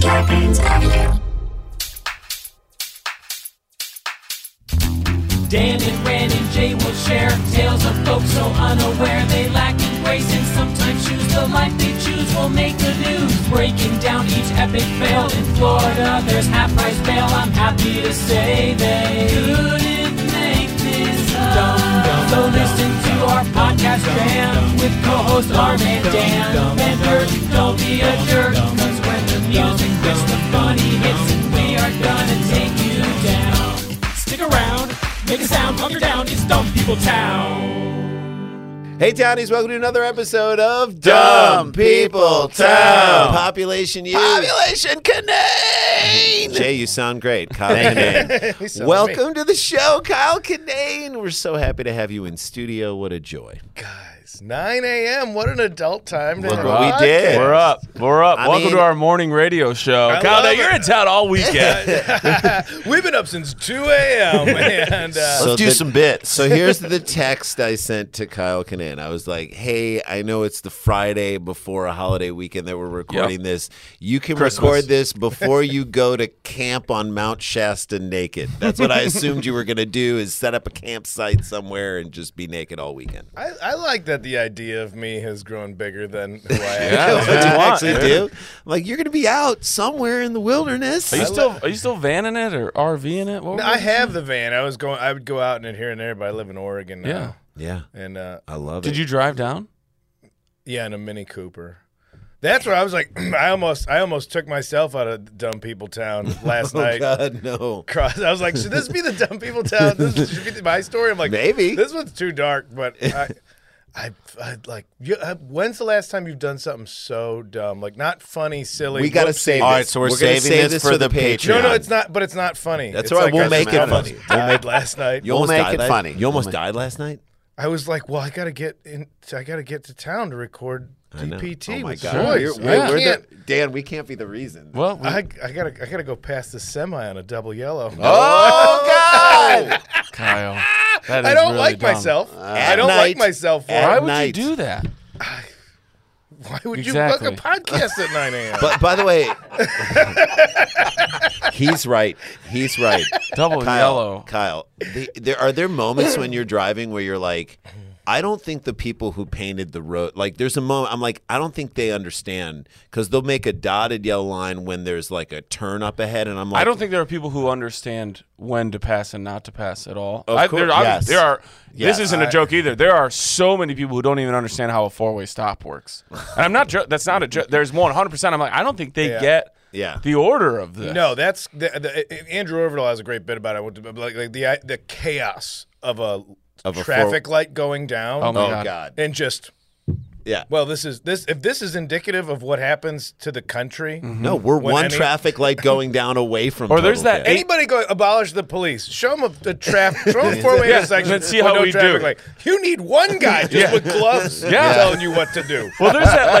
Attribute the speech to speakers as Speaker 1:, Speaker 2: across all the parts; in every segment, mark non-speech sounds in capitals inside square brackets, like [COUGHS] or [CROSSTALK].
Speaker 1: Scarpins Avenue.
Speaker 2: Dan and Rand and Jay will share tales of folks so unaware they lack in grace and sometimes choose the life they choose will make the news. Breaking down each epic fail in Florida, there's half price bail. I'm happy to say they couldn't make this up. So listen to our podcast jam with co-host Arm and Dan Bender. Don't be a jerk, 'cause when the music hits, the funny hits, and we are gonna take you down. Stick around, make a sound, hunker down, it's Dumb People Town.
Speaker 3: Hey, Townies, welcome to another episode of
Speaker 4: Dumb People Town.
Speaker 3: Population U.
Speaker 4: Population Canane.
Speaker 3: Jay, you sound great. Kyle
Speaker 4: [LAUGHS]
Speaker 3: Kinane. welcome to the show, Kyle Kinane. We're so happy to have you in studio. What a joy.
Speaker 4: Guys, 9 a.m. What an adult time to
Speaker 3: Look
Speaker 4: have
Speaker 3: what we
Speaker 4: a
Speaker 3: did.
Speaker 4: podcast.
Speaker 5: We're up. We're up.
Speaker 3: I
Speaker 5: Welcome
Speaker 3: mean-
Speaker 5: to our morning radio show.
Speaker 4: I
Speaker 5: Kyle,
Speaker 4: love
Speaker 5: now
Speaker 4: it.
Speaker 5: you're in town all weekend.
Speaker 4: We've been up since
Speaker 3: [LAUGHS]
Speaker 4: 2 a.m. and uh,
Speaker 3: So
Speaker 6: Let's do
Speaker 3: the-
Speaker 6: some bits.
Speaker 3: So here's the text I sent to Kyle Kinane. I was like, hey, I know it's the Friday before a holiday weekend that we're recording this. You can record this before you go to camp on Mount Shasta naked. That's what I assumed you were going to do is set up a campsite somewhere and just be naked all weekend.
Speaker 4: I, I like that the idea of me has grown bigger than who I
Speaker 3: [LAUGHS]
Speaker 5: Yeah,
Speaker 4: am.
Speaker 3: That's what
Speaker 5: that's what you want,
Speaker 3: you actually do.
Speaker 5: dude.
Speaker 3: I'm like, you're going to be out somewhere in the wilderness.
Speaker 5: Are you
Speaker 3: I
Speaker 5: still are you still vanning it or RVing it? What
Speaker 4: [LAUGHS]
Speaker 5: was
Speaker 4: I
Speaker 5: it?
Speaker 4: have the van. I was going. I would go out in it here and there, but I live in Oregon
Speaker 5: Yeah.
Speaker 4: now.
Speaker 3: yeah,
Speaker 4: Yeah. And uh,
Speaker 3: I love it.
Speaker 5: Did you drive down?
Speaker 4: yeah, in a Mini Cooper. That's where I was like, [CLEARS THROAT] I almost, I almost took myself out of dumb people town
Speaker 3: [LAUGHS]
Speaker 4: last
Speaker 3: Oh,
Speaker 4: night.
Speaker 3: God, no.
Speaker 4: cross. I was like, should this be the dumb people
Speaker 3: [LAUGHS]
Speaker 4: town? This should be my story. I'm like,
Speaker 3: Maybe.
Speaker 4: this one's too dark.
Speaker 3: [LAUGHS]
Speaker 4: But I, I, I like. You, I, when's the last time you've done something so dumb? Like not funny, silly.
Speaker 3: We got to
Speaker 4: whoops.
Speaker 3: save
Speaker 6: All
Speaker 3: this.
Speaker 6: right, so we're
Speaker 3: gonna
Speaker 6: saving
Speaker 3: save
Speaker 6: this for the Patreon.
Speaker 4: No, no, it's not. But it's not funny.
Speaker 3: That's
Speaker 4: It's
Speaker 3: all right,
Speaker 4: like
Speaker 3: we'll
Speaker 4: [LAUGHS] I
Speaker 3: make it
Speaker 4: almost
Speaker 3: funny. [LAUGHS]
Speaker 4: Died last night.
Speaker 3: You almost
Speaker 6: We'll make
Speaker 3: died
Speaker 6: it
Speaker 3: last-
Speaker 6: funny.
Speaker 3: You almost
Speaker 6: We'll make-
Speaker 3: died last night?
Speaker 4: I was like, well, I got to get in. I got to get to town to record
Speaker 3: know.
Speaker 4: DPT
Speaker 3: Oh my
Speaker 4: with
Speaker 3: God.
Speaker 4: Joyce.
Speaker 5: We're-
Speaker 4: I
Speaker 5: we're
Speaker 4: can't.
Speaker 3: Dan, we can't be the reason.
Speaker 5: Well, we-
Speaker 4: I, I gotta I gotta go past the semi on a double yellow.
Speaker 3: Oh God!
Speaker 5: Kyle, that
Speaker 4: [LAUGHS] I
Speaker 5: is
Speaker 4: don't
Speaker 5: really
Speaker 4: like
Speaker 5: dumb.
Speaker 4: myself. I
Speaker 3: Uh, At
Speaker 4: don't
Speaker 3: night.
Speaker 4: like myself. For
Speaker 3: At
Speaker 4: it.
Speaker 5: Why would
Speaker 3: night.
Speaker 5: you
Speaker 3: [LAUGHS]
Speaker 5: do that?
Speaker 4: Why would
Speaker 5: Exactly.
Speaker 4: you book a podcast at 9
Speaker 5: [LAUGHS]
Speaker 4: a.m.?
Speaker 3: [LAUGHS] but by the way, [LAUGHS] he's right. He's
Speaker 6: [LAUGHS]
Speaker 3: right.
Speaker 5: Double
Speaker 3: Kyle,
Speaker 5: yellow.
Speaker 3: Kyle, the, there are there moments when you're driving where you're like, I don't think the people who painted the road like. There's a moment I'm like, I don't think they understand because they'll make a dotted yellow line when there's like a turn up ahead, and I'm like,
Speaker 5: I don't think there are people who understand when to pass and not to pass at all.
Speaker 3: Of
Speaker 5: I,
Speaker 3: course-
Speaker 5: there, I-
Speaker 3: yes.
Speaker 5: there are.
Speaker 3: Yeah,
Speaker 5: this isn't a joke either. There are so many people who don't even understand how a four-way stop works, and I'm not. Jo- that's not a joke. There's 100. percent I'm like, I don't think they
Speaker 4: Yeah.
Speaker 5: get
Speaker 3: Yeah.
Speaker 5: [LAUGHS] the order of this.
Speaker 4: no, that's the, the, uh, Andrew Overdahl has a great bit about it. What- Like, like the the chaos of a
Speaker 3: a
Speaker 4: traffic light going down.
Speaker 5: Oh my
Speaker 3: Oh
Speaker 5: God.
Speaker 3: God!
Speaker 4: And just
Speaker 3: Yeah.
Speaker 4: well, this is this if this is indicative of what happens to the country.
Speaker 3: No, we're
Speaker 4: When
Speaker 3: one
Speaker 4: any-
Speaker 3: traffic light going down away from.
Speaker 5: Or there's
Speaker 3: Total
Speaker 5: that
Speaker 3: Cat.
Speaker 5: eight-
Speaker 4: Anybody go abolish the police? Show them a, a
Speaker 5: [LAUGHS]
Speaker 4: traffic, show 'em a four-way
Speaker 5: Yeah,
Speaker 4: intersection.
Speaker 5: let's see
Speaker 4: with
Speaker 5: how
Speaker 4: no
Speaker 5: we do.
Speaker 4: traffic light. You need one
Speaker 5: [LAUGHS]
Speaker 4: guy just
Speaker 5: Yeah.
Speaker 4: with gloves
Speaker 5: [LAUGHS] Yeah.
Speaker 4: telling you what to do.
Speaker 5: [LAUGHS] Well, there's that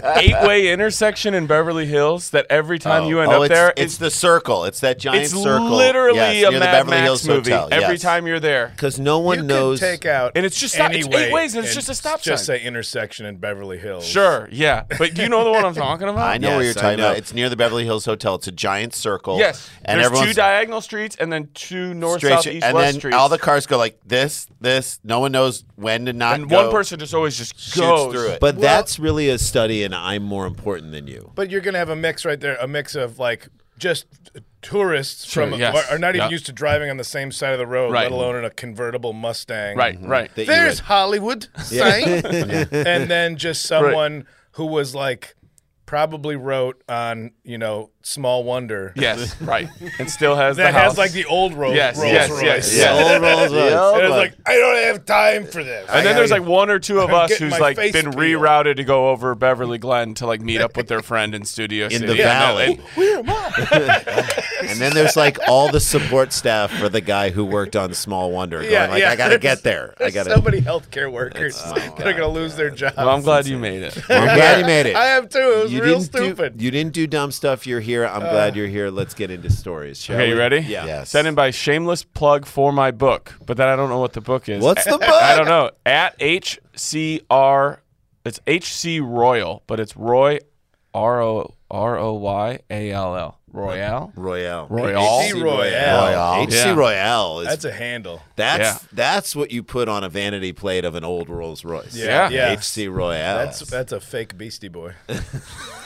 Speaker 5: like eight-way intersection in Beverly Hills that every time you end
Speaker 3: Oh,
Speaker 5: up
Speaker 3: it's-
Speaker 5: there,
Speaker 3: it's the circle. It's that giant
Speaker 5: it's
Speaker 3: circle.
Speaker 5: literally
Speaker 3: Yes,
Speaker 5: a
Speaker 3: near the
Speaker 5: Mad
Speaker 3: Beverly
Speaker 5: Max
Speaker 3: Hills
Speaker 5: movie
Speaker 3: Hotel.
Speaker 5: every
Speaker 3: Yes.
Speaker 5: time you're there.
Speaker 3: because no one
Speaker 4: You
Speaker 3: knows.
Speaker 4: can take out
Speaker 5: And it's just stop-
Speaker 4: any
Speaker 5: it's eight
Speaker 4: way
Speaker 5: ways and it's just a stop
Speaker 4: Just
Speaker 5: sign.
Speaker 4: say intersection in Beverly Hills.
Speaker 5: Sure, yeah, but you know the one I'm talking about.
Speaker 6: I know where
Speaker 3: Yes,
Speaker 6: you're
Speaker 3: I
Speaker 6: talking
Speaker 3: know.
Speaker 6: about. It's near the Beverly Hills Hotel. It's a giant circle.
Speaker 5: Yes,
Speaker 6: and
Speaker 5: there's
Speaker 6: everyone's
Speaker 5: two diagonal streets and then two north,
Speaker 6: straight
Speaker 5: south,
Speaker 6: sh-
Speaker 5: east,
Speaker 6: and
Speaker 5: west
Speaker 6: then
Speaker 5: streets.
Speaker 6: all the cars go like this, this. No one knows when to not.
Speaker 5: and
Speaker 6: go.
Speaker 5: one person just always just
Speaker 6: shoots
Speaker 5: goes
Speaker 6: through it.
Speaker 3: But that's really a study, and I'm more important than you.
Speaker 4: But you're gonna have a mix right there, a mix of like just tourists
Speaker 5: Sure,
Speaker 4: from
Speaker 5: yes.
Speaker 4: are not even
Speaker 5: Yep.
Speaker 4: used to driving on the same side of the road,
Speaker 5: Right.
Speaker 4: let alone in a convertible Mustang.
Speaker 5: Right, right.
Speaker 3: That you
Speaker 4: There's
Speaker 3: would-
Speaker 4: Hollywood [LAUGHS] sign, and then just
Speaker 5: [LAUGHS]
Speaker 4: someone who was like probably wrote on you know Small Wonder
Speaker 5: yes, right, and still has the
Speaker 4: that
Speaker 5: house.
Speaker 4: has like the old Ro-
Speaker 5: Yes,
Speaker 4: Rolls
Speaker 5: yes,
Speaker 4: Royce.
Speaker 5: yes,
Speaker 3: Yeah. Old
Speaker 5: [LAUGHS]
Speaker 3: Rolls Royce.
Speaker 4: And it's like I don't have time for this.
Speaker 5: And then there's like one or two
Speaker 4: [LAUGHS]
Speaker 5: of
Speaker 4: I'm
Speaker 5: us
Speaker 4: getting
Speaker 5: who's
Speaker 4: my
Speaker 5: like
Speaker 4: face
Speaker 5: been
Speaker 4: peeled.
Speaker 5: rerouted to go over Beverly Glen to like meet up with their friend in Studio
Speaker 3: In
Speaker 5: City.
Speaker 3: the
Speaker 5: And that-
Speaker 3: valley.
Speaker 5: and-
Speaker 3: and then there's like all the support staff for the guy who worked on Small
Speaker 5: [LAUGHS]
Speaker 3: Wonder. Going
Speaker 4: Yeah,
Speaker 3: like,
Speaker 4: yeah,
Speaker 3: I gotta
Speaker 4: there's-
Speaker 3: get there. I
Speaker 4: There's
Speaker 3: gotta.
Speaker 4: so many healthcare workers
Speaker 3: Oh,
Speaker 4: [LAUGHS] that are gonna lose their jobs.
Speaker 5: Well, I'm glad you made it.
Speaker 3: Well, [LAUGHS] I'm glad you made it.
Speaker 4: [LAUGHS] I have too. It was
Speaker 3: you
Speaker 4: real
Speaker 3: didn't
Speaker 4: stupid.
Speaker 3: Do, you didn't do dumb stuff. You're here. I'm glad you're here. Let's get into stories. Shall
Speaker 5: Okay, you
Speaker 3: we?
Speaker 5: ready?
Speaker 3: Yeah.
Speaker 6: Yes.
Speaker 5: Sent in by shameless plug for my book, but then I don't know what the book is.
Speaker 3: What's the book?
Speaker 5: I don't know. At HCR, it's HC Royal, but it's Roy R O R R O Y A L L. Royale.
Speaker 3: Royale.
Speaker 5: Royale.
Speaker 4: H.C. Royale.
Speaker 3: Royale. HC
Speaker 5: Yeah.
Speaker 3: Royale is
Speaker 4: That's a handle.
Speaker 3: that's
Speaker 5: Yeah.
Speaker 3: that's what you put on a vanity plate of an old Rolls Royce.
Speaker 5: Yeah.
Speaker 4: Yeah.
Speaker 3: HC Royale.
Speaker 4: That's that's a fake Beastie
Speaker 5: [LAUGHS]
Speaker 4: Boy.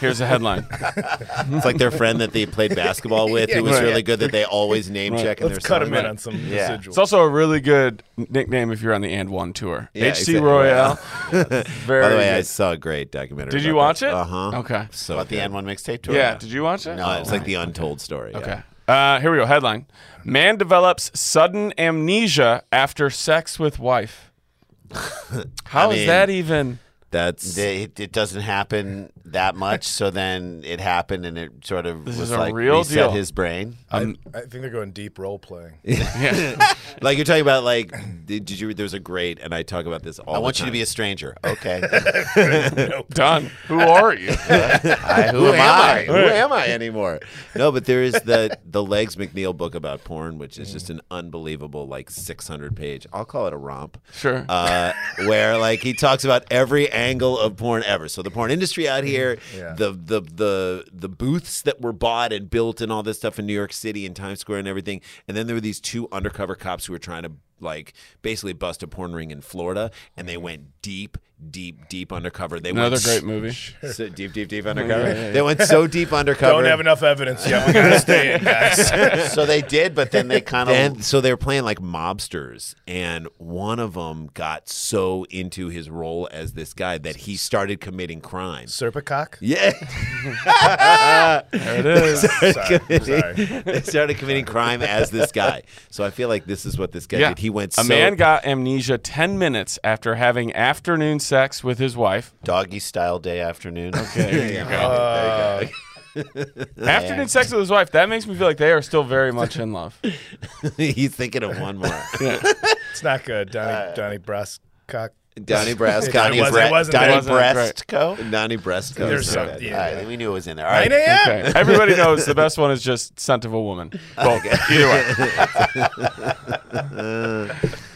Speaker 5: Here's a headline.
Speaker 3: it's like their friend that they played basketball with who was
Speaker 4: Yeah.
Speaker 3: really good that they always name check in
Speaker 4: Let's
Speaker 3: their
Speaker 4: cut
Speaker 3: song.
Speaker 4: him in on some
Speaker 3: Yeah.
Speaker 4: residual.
Speaker 5: It's also a really good nickname if you're on the And One tour.
Speaker 3: Yeah,
Speaker 5: HC
Speaker 3: exactly.
Speaker 5: Royale. Very.
Speaker 3: [LAUGHS] By the way, I
Speaker 5: good.
Speaker 3: saw a great documentary.
Speaker 5: Did you
Speaker 3: about
Speaker 5: watch
Speaker 3: that.
Speaker 5: it?
Speaker 3: Uh-huh.
Speaker 5: Okay.
Speaker 3: So
Speaker 6: About the
Speaker 3: good.
Speaker 6: N1 mixtape tour?
Speaker 5: Yeah. Did you watch it?
Speaker 3: No, it's like the untold story. yeah.
Speaker 5: Okay. Uh, here we go. Headline: Man develops sudden amnesia after sex with wife. How is
Speaker 6: mean-
Speaker 5: that even?
Speaker 3: That's
Speaker 6: They- It, it doesn't happen that much, so then it happened, and it sort of
Speaker 5: is
Speaker 6: was
Speaker 5: a
Speaker 6: like
Speaker 5: real
Speaker 6: reset
Speaker 5: deal.
Speaker 6: his brain.
Speaker 4: I think they're going deep role
Speaker 5: [LAUGHS]
Speaker 4: playing.
Speaker 5: Yeah.
Speaker 3: like you're talking about like did, did you there's a great and I talk about this all
Speaker 6: I
Speaker 3: the
Speaker 6: want you to
Speaker 3: time.
Speaker 6: be
Speaker 3: [LAUGHS]
Speaker 6: a stranger. Okay.
Speaker 5: Done. Who are you?
Speaker 6: I, who,
Speaker 3: who am I? Who am I anymore? No, but there is the the Legs McNeil book about porn, which is just an unbelievable like 600 page. I'll call it a romp.
Speaker 5: Sure.
Speaker 3: Uh, where like he talks about every angle of porn ever. So the porn industry out here,
Speaker 4: Yeah.
Speaker 3: the the the the booths that were bought and built and all this stuff in New York City and Times Square and everything. And then there were these two undercover cops who were trying to like basically bust a porn ring in Florida, and they went deep, deep, deep undercover. They
Speaker 5: Another
Speaker 3: went
Speaker 5: great movie.
Speaker 3: so deep, deep, deep undercover. They went so deep undercover.
Speaker 4: Don't have enough evidence yet. We gotta stay in, guys.
Speaker 5: [LAUGHS]
Speaker 6: So they did, but then they kind
Speaker 3: And
Speaker 6: of.
Speaker 3: so they were playing like mobsters, and one of them got so into his role as this guy that he started committing crimes.
Speaker 4: Serpicock.
Speaker 3: [LAUGHS] Yeah,
Speaker 5: There it is.
Speaker 4: Sorry, I'm sorry.
Speaker 3: [LAUGHS] they started committing crime as this guy. So I feel like this is what this guy
Speaker 5: Yeah.
Speaker 3: did. He went.
Speaker 5: A
Speaker 3: so,
Speaker 5: man got amnesia 10 minutes after having afternoon sex with his wife.
Speaker 6: Doggy style day afternoon. Okay.
Speaker 3: [LAUGHS]
Speaker 5: Afternoon sex with his wife, that makes me feel like they are still very much in love.
Speaker 3: he's thinking of one more.
Speaker 4: It's not good.
Speaker 5: Uh,
Speaker 4: Donnie Donnie Brascock.
Speaker 6: [LAUGHS]
Speaker 3: Donnie Brasco.
Speaker 4: Donnie
Speaker 3: Donnie
Speaker 4: wasn't-
Speaker 3: Bre-
Speaker 4: it wasn't-
Speaker 3: Donnie,
Speaker 4: it
Speaker 6: Donnie
Speaker 5: wasn't
Speaker 6: Breast Co.
Speaker 3: Donnie Brasco.
Speaker 4: There's
Speaker 3: is
Speaker 4: some-
Speaker 3: not bad.
Speaker 4: yeah.
Speaker 6: All right, we knew it was in there. All
Speaker 4: 9
Speaker 6: right.
Speaker 4: a.m.
Speaker 5: Okay. [LAUGHS] Everybody knows the best one is just scent of a woman. Both. [LAUGHS] Either way.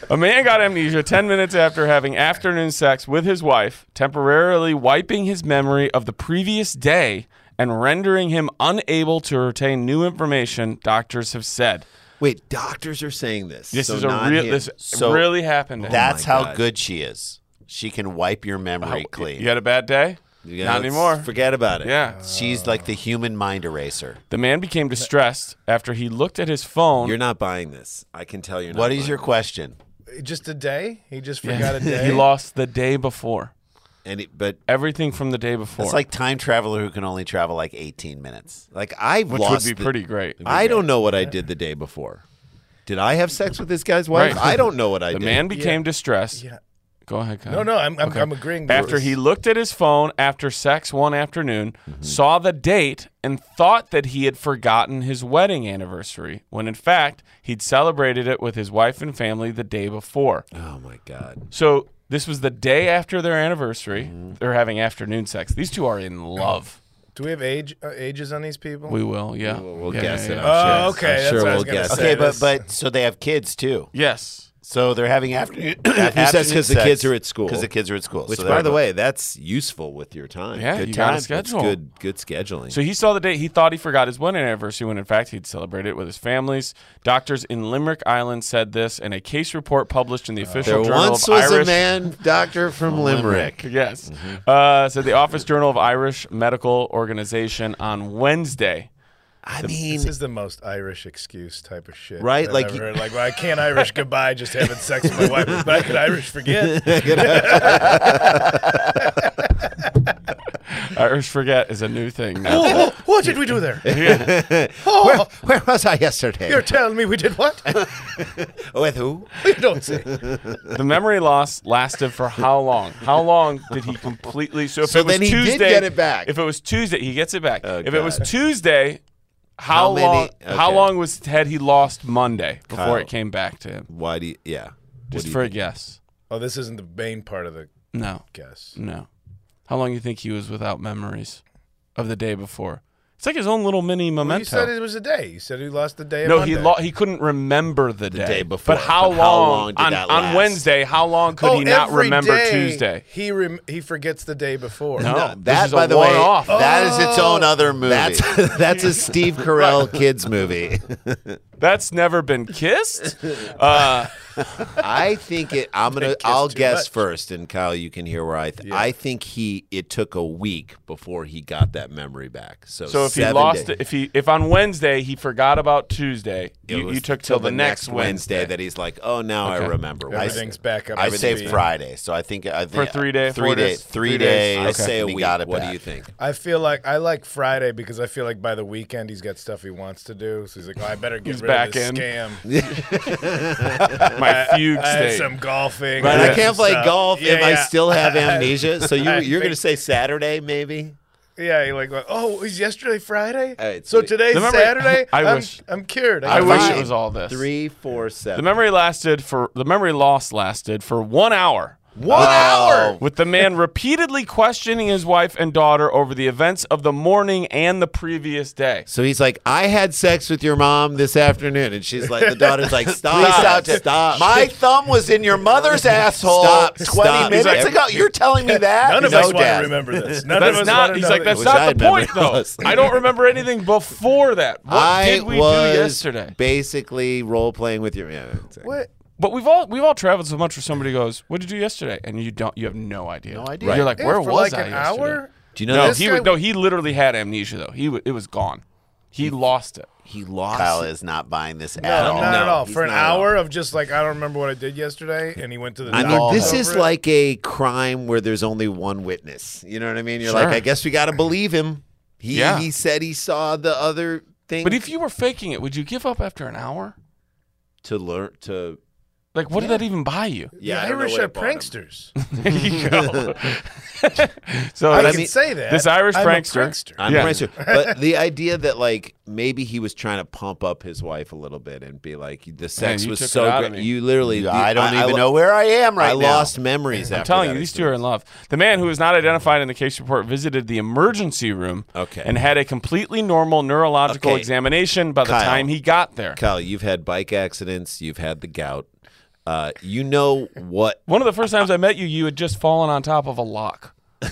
Speaker 5: a man got amnesia 10 minutes after having afternoon sex with his wife, temporarily wiping his memory of the previous day and rendering him unable to retain new information, doctors have said.
Speaker 3: Wait, doctors are saying this.
Speaker 5: This
Speaker 3: so
Speaker 5: is a
Speaker 3: not
Speaker 5: real.
Speaker 3: him. Oh
Speaker 5: This
Speaker 6: So
Speaker 5: really happened. to him.
Speaker 6: That's
Speaker 3: my
Speaker 6: how
Speaker 3: God.
Speaker 6: good she is. She can wipe your memory clean.
Speaker 5: You had a bad day.
Speaker 3: Yeah,
Speaker 5: Not
Speaker 3: let's
Speaker 5: anymore.
Speaker 3: Forget about it.
Speaker 5: yeah.
Speaker 6: She's like the human mind eraser.
Speaker 5: The man became distressed after he looked at his phone.
Speaker 3: You're not buying this. I can tell you're not.
Speaker 6: What is
Speaker 3: buying
Speaker 6: your question?
Speaker 4: Just a day. He just
Speaker 5: [LAUGHS]
Speaker 4: forgot a day.
Speaker 5: he lost the day before.
Speaker 3: it. And it, but
Speaker 5: Everything from the day before.
Speaker 6: It's like time traveler who can only travel like 18 minutes.
Speaker 3: like I've
Speaker 5: which would
Speaker 3: lost.
Speaker 5: be
Speaker 3: the-
Speaker 5: pretty great.
Speaker 3: I don't know what I did the day before. Did I have sex with this guy's wife?
Speaker 5: Right.
Speaker 3: I don't know what I
Speaker 5: [LAUGHS] the
Speaker 3: did.
Speaker 5: man became distressed.
Speaker 4: Yeah.
Speaker 5: Go ahead, Kyle.
Speaker 4: No, no, I'm I'm, I'm agreeing. with
Speaker 5: After
Speaker 4: this.
Speaker 5: he looked at his phone after sex one afternoon, saw the date, and thought that he had forgotten his wedding anniversary, when in fact he'd celebrated it with his wife and family the day before.
Speaker 3: oh my god.
Speaker 5: So this was the day after their anniversary. They're having afternoon sex. These two are in love.
Speaker 4: do we have age uh, ages on these people?
Speaker 5: We will, yeah.
Speaker 3: We'll
Speaker 5: Yeah,
Speaker 3: guess
Speaker 5: yeah,
Speaker 3: it.
Speaker 5: yeah.
Speaker 3: I'm
Speaker 4: Oh,
Speaker 3: sure.
Speaker 4: okay,
Speaker 3: I'm
Speaker 4: that's
Speaker 3: sure
Speaker 4: what I
Speaker 3: we'll
Speaker 4: was gonna
Speaker 3: guess.
Speaker 4: say.
Speaker 6: Okay,
Speaker 3: it.
Speaker 6: but
Speaker 4: this-
Speaker 6: but so they have kids too.
Speaker 5: Yes.
Speaker 6: So they're having [COUGHS] afternoon
Speaker 3: Afternoon sex 'cause the kids are at school.
Speaker 6: Because the kids are at school.
Speaker 3: Which,
Speaker 6: So
Speaker 3: by
Speaker 6: they're-
Speaker 3: the way, that's useful with your time.
Speaker 5: Yeah,
Speaker 3: good
Speaker 5: you
Speaker 3: time.
Speaker 5: gotta schedule.
Speaker 3: That's good, good scheduling.
Speaker 5: So he saw the date. He thought he forgot his wedding anniversary when, in fact, he'd celebrated it with his families. Doctors in Limerick Island said this in a case report published in the
Speaker 3: Uh,
Speaker 5: official
Speaker 3: there
Speaker 5: journal
Speaker 3: once
Speaker 5: of
Speaker 3: was a
Speaker 5: Irish.
Speaker 3: man Mm-hmm. doctor from Limerick.
Speaker 5: Yes, uh, said the Office Journal of Irish Medical Organization on Wednesday.
Speaker 3: I mean,
Speaker 4: This is the most Irish excuse type of shit,
Speaker 3: Right,
Speaker 4: I've
Speaker 3: like
Speaker 4: ever
Speaker 3: you-
Speaker 4: heard. like well, I can't Irish goodbye, just having sex with my
Speaker 5: [LAUGHS]
Speaker 4: wife, but I could Irish forget.
Speaker 5: Irish forget is a new
Speaker 3: [LAUGHS]
Speaker 5: thing. Now.
Speaker 4: Oh, what did we do
Speaker 5: [LAUGHS]
Speaker 4: there? Oh,
Speaker 6: oh,
Speaker 3: where, where was I yesterday?
Speaker 4: You're telling me we did what?
Speaker 3: With who?
Speaker 4: [LAUGHS] You don't say.
Speaker 5: the memory loss lasted for how long? How long did he completely? So if
Speaker 3: So
Speaker 5: it was
Speaker 3: then he did
Speaker 5: Tuesday,
Speaker 3: get it back. Oh,
Speaker 5: If it was Tuesday, he gets it back. if it was
Speaker 3: God.
Speaker 5: Tuesday. How,
Speaker 3: How many-
Speaker 5: long? How
Speaker 3: okay.
Speaker 5: long was had he lost Monday before
Speaker 3: Kyle.
Speaker 5: it came back to him?
Speaker 3: Why do you? Yeah.
Speaker 5: Just
Speaker 3: do you
Speaker 5: for a guess.
Speaker 4: Oh, this isn't the main part of the
Speaker 5: No,
Speaker 4: guess.
Speaker 5: no. How long you think he was without memories of the day before? It's It's like his own little mini
Speaker 4: Well,
Speaker 5: memento.
Speaker 4: you said it was a day. You said he lost the day. of
Speaker 5: no, he
Speaker 4: Monday.
Speaker 5: lo- he couldn't remember the, day.
Speaker 3: day before.
Speaker 5: But how
Speaker 3: But
Speaker 5: long,
Speaker 3: how long did
Speaker 5: on,
Speaker 3: that
Speaker 5: on
Speaker 3: last?
Speaker 5: Wednesday? How long could
Speaker 4: Oh,
Speaker 5: he not
Speaker 4: every
Speaker 5: remember
Speaker 4: day
Speaker 5: Tuesday?
Speaker 4: He rem- he forgets the day before.
Speaker 5: No.
Speaker 3: No,
Speaker 5: this
Speaker 3: Oh, that
Speaker 5: is a
Speaker 3: by the way,
Speaker 5: one-off.
Speaker 3: that is its
Speaker 4: Oh.
Speaker 3: own other movie.
Speaker 6: That's-
Speaker 5: [LAUGHS]
Speaker 3: That's that's a Steve [LAUGHS] Carell kids movie.
Speaker 5: That's never been kissed.
Speaker 3: I think it. I'm gonna.
Speaker 4: kiss
Speaker 3: I'll
Speaker 4: too
Speaker 3: guess
Speaker 4: much.
Speaker 3: first, and Kyle, you can hear where I. Th- I think he. It took a week before he got that memory back. So
Speaker 5: So if he
Speaker 3: seven
Speaker 5: lost,
Speaker 3: day-
Speaker 5: it, if he if on Wednesday he forgot about Tuesday,
Speaker 3: it
Speaker 5: you,
Speaker 3: was
Speaker 5: you took till the, next
Speaker 3: Wednesday, that he's like, oh, now
Speaker 5: Okay.
Speaker 3: I remember. I s-
Speaker 4: Everything's back up.
Speaker 6: I
Speaker 4: to
Speaker 6: say
Speaker 4: speed.
Speaker 6: Friday, so I think I think
Speaker 5: three day, four
Speaker 6: three day,
Speaker 5: days?
Speaker 6: three
Speaker 5: Three days.
Speaker 6: days.
Speaker 3: I say a
Speaker 6: and he
Speaker 3: week.
Speaker 6: Got it
Speaker 3: what
Speaker 6: back.
Speaker 3: do you think?
Speaker 4: I feel like I like Friday because I feel like by the weekend he's got stuff he wants to do. So he's like, oh, I better get
Speaker 5: He's
Speaker 4: rid
Speaker 5: back
Speaker 4: of this
Speaker 5: in.
Speaker 4: scam.
Speaker 5: my [LAUGHS] fugue
Speaker 4: I had
Speaker 5: state.
Speaker 4: some golfing.
Speaker 3: Right,
Speaker 4: had
Speaker 3: I can't
Speaker 4: some
Speaker 3: play
Speaker 4: stuff.
Speaker 3: golf
Speaker 4: Yeah,
Speaker 3: if I
Speaker 4: yeah.
Speaker 3: still have amnesia. So
Speaker 5: [LAUGHS]
Speaker 3: you,
Speaker 4: I
Speaker 3: you're going to
Speaker 4: think-
Speaker 3: say Saturday, maybe?
Speaker 4: Yeah, you're like, oh, is yesterday Friday?
Speaker 3: All right,
Speaker 4: so
Speaker 3: sweet.
Speaker 4: today's
Speaker 5: Remember-
Speaker 4: Saturday.
Speaker 5: I
Speaker 4: am
Speaker 5: wish-
Speaker 4: I'm cured.
Speaker 5: I
Speaker 4: can
Speaker 5: wish
Speaker 4: fly.
Speaker 5: it was all this.
Speaker 3: Three, four, seven.
Speaker 5: The memory lasted for the memory loss lasted for one hour.
Speaker 4: one hour.
Speaker 5: With the man repeatedly questioning his wife and daughter over the events of the morning and the previous day.
Speaker 3: So he's like, I had sex with your mom this afternoon. And she's like, the daughter's
Speaker 4: [LAUGHS]
Speaker 3: like, stop,
Speaker 6: Please out to-
Speaker 3: stop.
Speaker 6: My thumb was in your mother's asshole
Speaker 3: Stop,
Speaker 6: 20
Speaker 3: stop.
Speaker 6: minutes
Speaker 3: He's like-
Speaker 6: ago. You're telling me that?
Speaker 4: None of
Speaker 6: No,
Speaker 4: us want to
Speaker 6: Dad.
Speaker 4: remember this. None of
Speaker 5: That's
Speaker 4: us want
Speaker 5: not.
Speaker 4: to
Speaker 5: He's like, that's
Speaker 3: Which
Speaker 5: not
Speaker 3: I
Speaker 5: the
Speaker 3: had
Speaker 5: point,
Speaker 3: memory
Speaker 5: though.
Speaker 3: loss.
Speaker 5: I don't remember anything before that. What
Speaker 3: I
Speaker 5: did we do
Speaker 3: was
Speaker 5: yesterday?
Speaker 3: basically role playing with your. Yeah, it's-
Speaker 4: What?
Speaker 5: But we've all we've all traveled so much where somebody goes, "What did you do yesterday?" and you don't, you have no idea. No
Speaker 6: idea.
Speaker 5: You're like,
Speaker 4: Yeah,
Speaker 5: "Where
Speaker 4: for
Speaker 5: was
Speaker 4: like
Speaker 5: I
Speaker 4: an
Speaker 5: yesterday?"
Speaker 4: hour?
Speaker 3: Do you know
Speaker 5: No,
Speaker 3: this?
Speaker 5: he would, no, he literally had amnesia though. He w- it was gone. He lost it.
Speaker 3: He lost.
Speaker 6: Kyle is not buying this
Speaker 4: No,
Speaker 6: at all.
Speaker 4: not at
Speaker 3: No,
Speaker 4: all.
Speaker 3: he's
Speaker 4: For an
Speaker 3: not at all.
Speaker 4: hour of just like I don't remember what I did yesterday, and he went to the.
Speaker 3: I mean,
Speaker 4: doctor
Speaker 3: this
Speaker 4: over
Speaker 3: is
Speaker 4: it.
Speaker 3: like a crime where there's only one witness. You know what I mean? You're
Speaker 5: Sure.
Speaker 3: like, I guess we got to believe him. He
Speaker 5: Yeah.
Speaker 3: he said he saw the other thing.
Speaker 5: But if you were faking it, would you give up after an hour?
Speaker 3: to learn to
Speaker 5: Like, what did that even buy you?
Speaker 3: yeah, I
Speaker 4: the
Speaker 3: don't know
Speaker 4: Irish
Speaker 3: what
Speaker 4: are
Speaker 3: it bought him. [LAUGHS]
Speaker 4: pranksters.
Speaker 5: There you go. [LAUGHS] so
Speaker 4: I
Speaker 5: I
Speaker 4: can
Speaker 5: mean,
Speaker 4: say that.
Speaker 5: this Irish
Speaker 4: I'm a
Speaker 5: prankster-
Speaker 3: I'm
Speaker 5: Yeah.
Speaker 3: right, sir. But the idea that like maybe he was trying to pump up his wife a little bit and be like the sex
Speaker 5: you
Speaker 3: was
Speaker 5: took it
Speaker 3: so
Speaker 5: out of
Speaker 3: good.
Speaker 5: me.
Speaker 3: You literally,
Speaker 6: Yeah,
Speaker 3: the-
Speaker 6: I don't even
Speaker 3: lo-
Speaker 6: know where I am right
Speaker 3: I
Speaker 6: now.
Speaker 3: lost memories.
Speaker 5: I'm telling you, these two are in love. The man who is not identified in the case report visited the emergency room
Speaker 3: Okay.
Speaker 5: and had a completely normal neurological
Speaker 3: Okay.
Speaker 5: examination by the
Speaker 3: Kyle.
Speaker 5: time he got there.
Speaker 3: Kyle, you've had bike accidents. You've had the gout. Uh, you know
Speaker 5: [LAUGHS]
Speaker 3: what?
Speaker 5: One of the first times I met you, you had just fallen on top of a lock.
Speaker 3: [LAUGHS]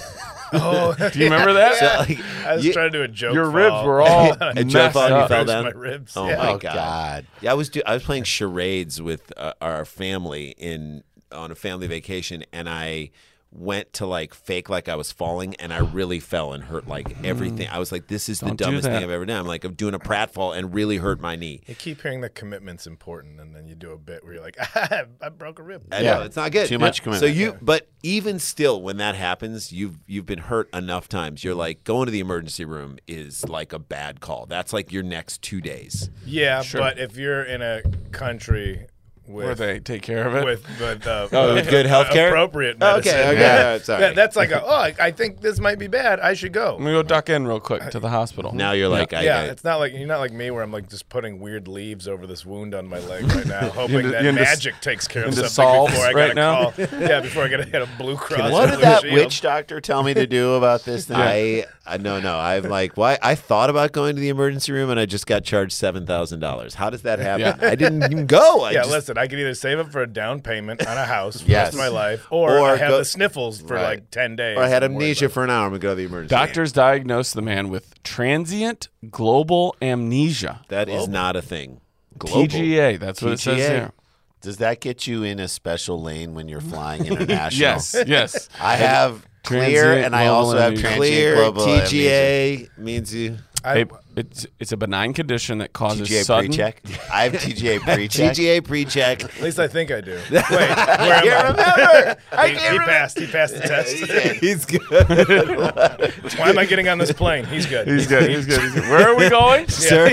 Speaker 4: Oh,
Speaker 5: Do you remember that?
Speaker 3: Like,
Speaker 4: I was
Speaker 3: you-
Speaker 4: trying to do a joke.
Speaker 5: Your ribs
Speaker 4: fall.
Speaker 5: were [LAUGHS] all
Speaker 3: a
Speaker 5: messed
Speaker 3: joke on you
Speaker 5: up.
Speaker 3: fell
Speaker 4: Bruised
Speaker 3: down.
Speaker 4: my ribs,
Speaker 3: Oh
Speaker 4: yeah.
Speaker 3: my
Speaker 6: Oh,
Speaker 3: god.
Speaker 6: God.
Speaker 3: Yeah, I was do- I was playing charades with uh, our family in on a family vacation, and I went to like fake like I was falling, and I really fell and hurt like everything. I was like, "This is
Speaker 5: Don't
Speaker 3: the
Speaker 5: do
Speaker 3: dumbest
Speaker 5: that.
Speaker 3: thing I've ever done." I'm like, "I'm doing a pratfall and really hurt my knee."
Speaker 4: [LAUGHS] You keep hearing that commitment's important, and then you do a bit where you're like, [LAUGHS] ah, I broke a rib.
Speaker 3: I
Speaker 6: Yeah.
Speaker 3: know it's not good.
Speaker 6: Too much
Speaker 3: Yeah. So
Speaker 6: commitment.
Speaker 3: you, but even still, when that happens, you've you've been hurt enough times. You're like going to the emergency room is like a bad call. That's like your next two days.
Speaker 4: Yeah, but if you're in a country
Speaker 5: Where
Speaker 4: with
Speaker 5: they take care of it.
Speaker 4: with the,
Speaker 3: [LAUGHS]
Speaker 4: the
Speaker 3: Oh, with good healthcare?
Speaker 4: appropriate
Speaker 3: Okay,
Speaker 4: medicine,
Speaker 3: okay,
Speaker 4: yeah.
Speaker 3: all right, sorry.
Speaker 4: That- that's like, a, oh, I, I think this might be bad. I should go.
Speaker 5: Let me go duck in real quick to the hospital.
Speaker 3: Now you're like, I,
Speaker 4: yeah,
Speaker 3: I-
Speaker 4: it's not like you're not like me where I'm like just putting weird leaves over this wound on my leg right now, hoping
Speaker 5: into-
Speaker 4: that
Speaker 5: you're into-
Speaker 4: magic takes care of
Speaker 5: into
Speaker 4: something
Speaker 5: salves
Speaker 4: before I gotta
Speaker 5: right now?
Speaker 4: call. Yeah, before I gotta hit a blue cross.
Speaker 6: What
Speaker 4: or
Speaker 6: did
Speaker 4: Blue
Speaker 6: that
Speaker 4: Shield.
Speaker 6: witch doctor tell me to do about this thing?
Speaker 3: I, I no no I'm like why I thought about going to the emergency room and I just got charged seven thousand dollars. How does that happen? I didn't even go. I
Speaker 4: Yeah,
Speaker 3: just,
Speaker 4: listen, I could either save up for a down payment on a house for
Speaker 6: Yes.
Speaker 4: the rest of my life, or,
Speaker 3: Or
Speaker 4: I have
Speaker 3: go-
Speaker 4: the sniffles for
Speaker 3: Right.
Speaker 4: like ten days.
Speaker 3: or I had
Speaker 4: and worry
Speaker 3: amnesia
Speaker 4: about
Speaker 3: for an hour. I'm gonna go to the emergency. room.
Speaker 5: Doctors diagnosed the man with transient global amnesia.
Speaker 3: that is not a thing. Global.
Speaker 5: TGA. That's what it says
Speaker 3: TGA.
Speaker 5: there.
Speaker 6: Does that get you in a special lane when
Speaker 3: [LAUGHS]
Speaker 6: you're flying international?
Speaker 5: Yes, yes.
Speaker 6: I have clear,
Speaker 5: Transient
Speaker 6: and I
Speaker 5: global
Speaker 6: also have
Speaker 5: amnesia.
Speaker 6: transient
Speaker 3: Clear
Speaker 6: global amnesia.
Speaker 3: TGA means you.
Speaker 5: [LAUGHS] Hey, it's it's a benign condition that causes
Speaker 6: TGA
Speaker 5: sudden.
Speaker 6: pre-check. I
Speaker 3: [LAUGHS]
Speaker 6: have TGA pre-check.
Speaker 3: TGA pre-check.
Speaker 4: it. At least I think I do. Wait, where am I?
Speaker 6: Remember,
Speaker 4: [LAUGHS]
Speaker 6: I
Speaker 4: He,
Speaker 6: can't
Speaker 4: he
Speaker 6: remember.
Speaker 4: passed. He passed the test.
Speaker 3: He's good,
Speaker 4: [LAUGHS] Why am I getting on this plane? He's good.
Speaker 5: He's good. He's good. He's good. Where are we going,
Speaker 4: Sir?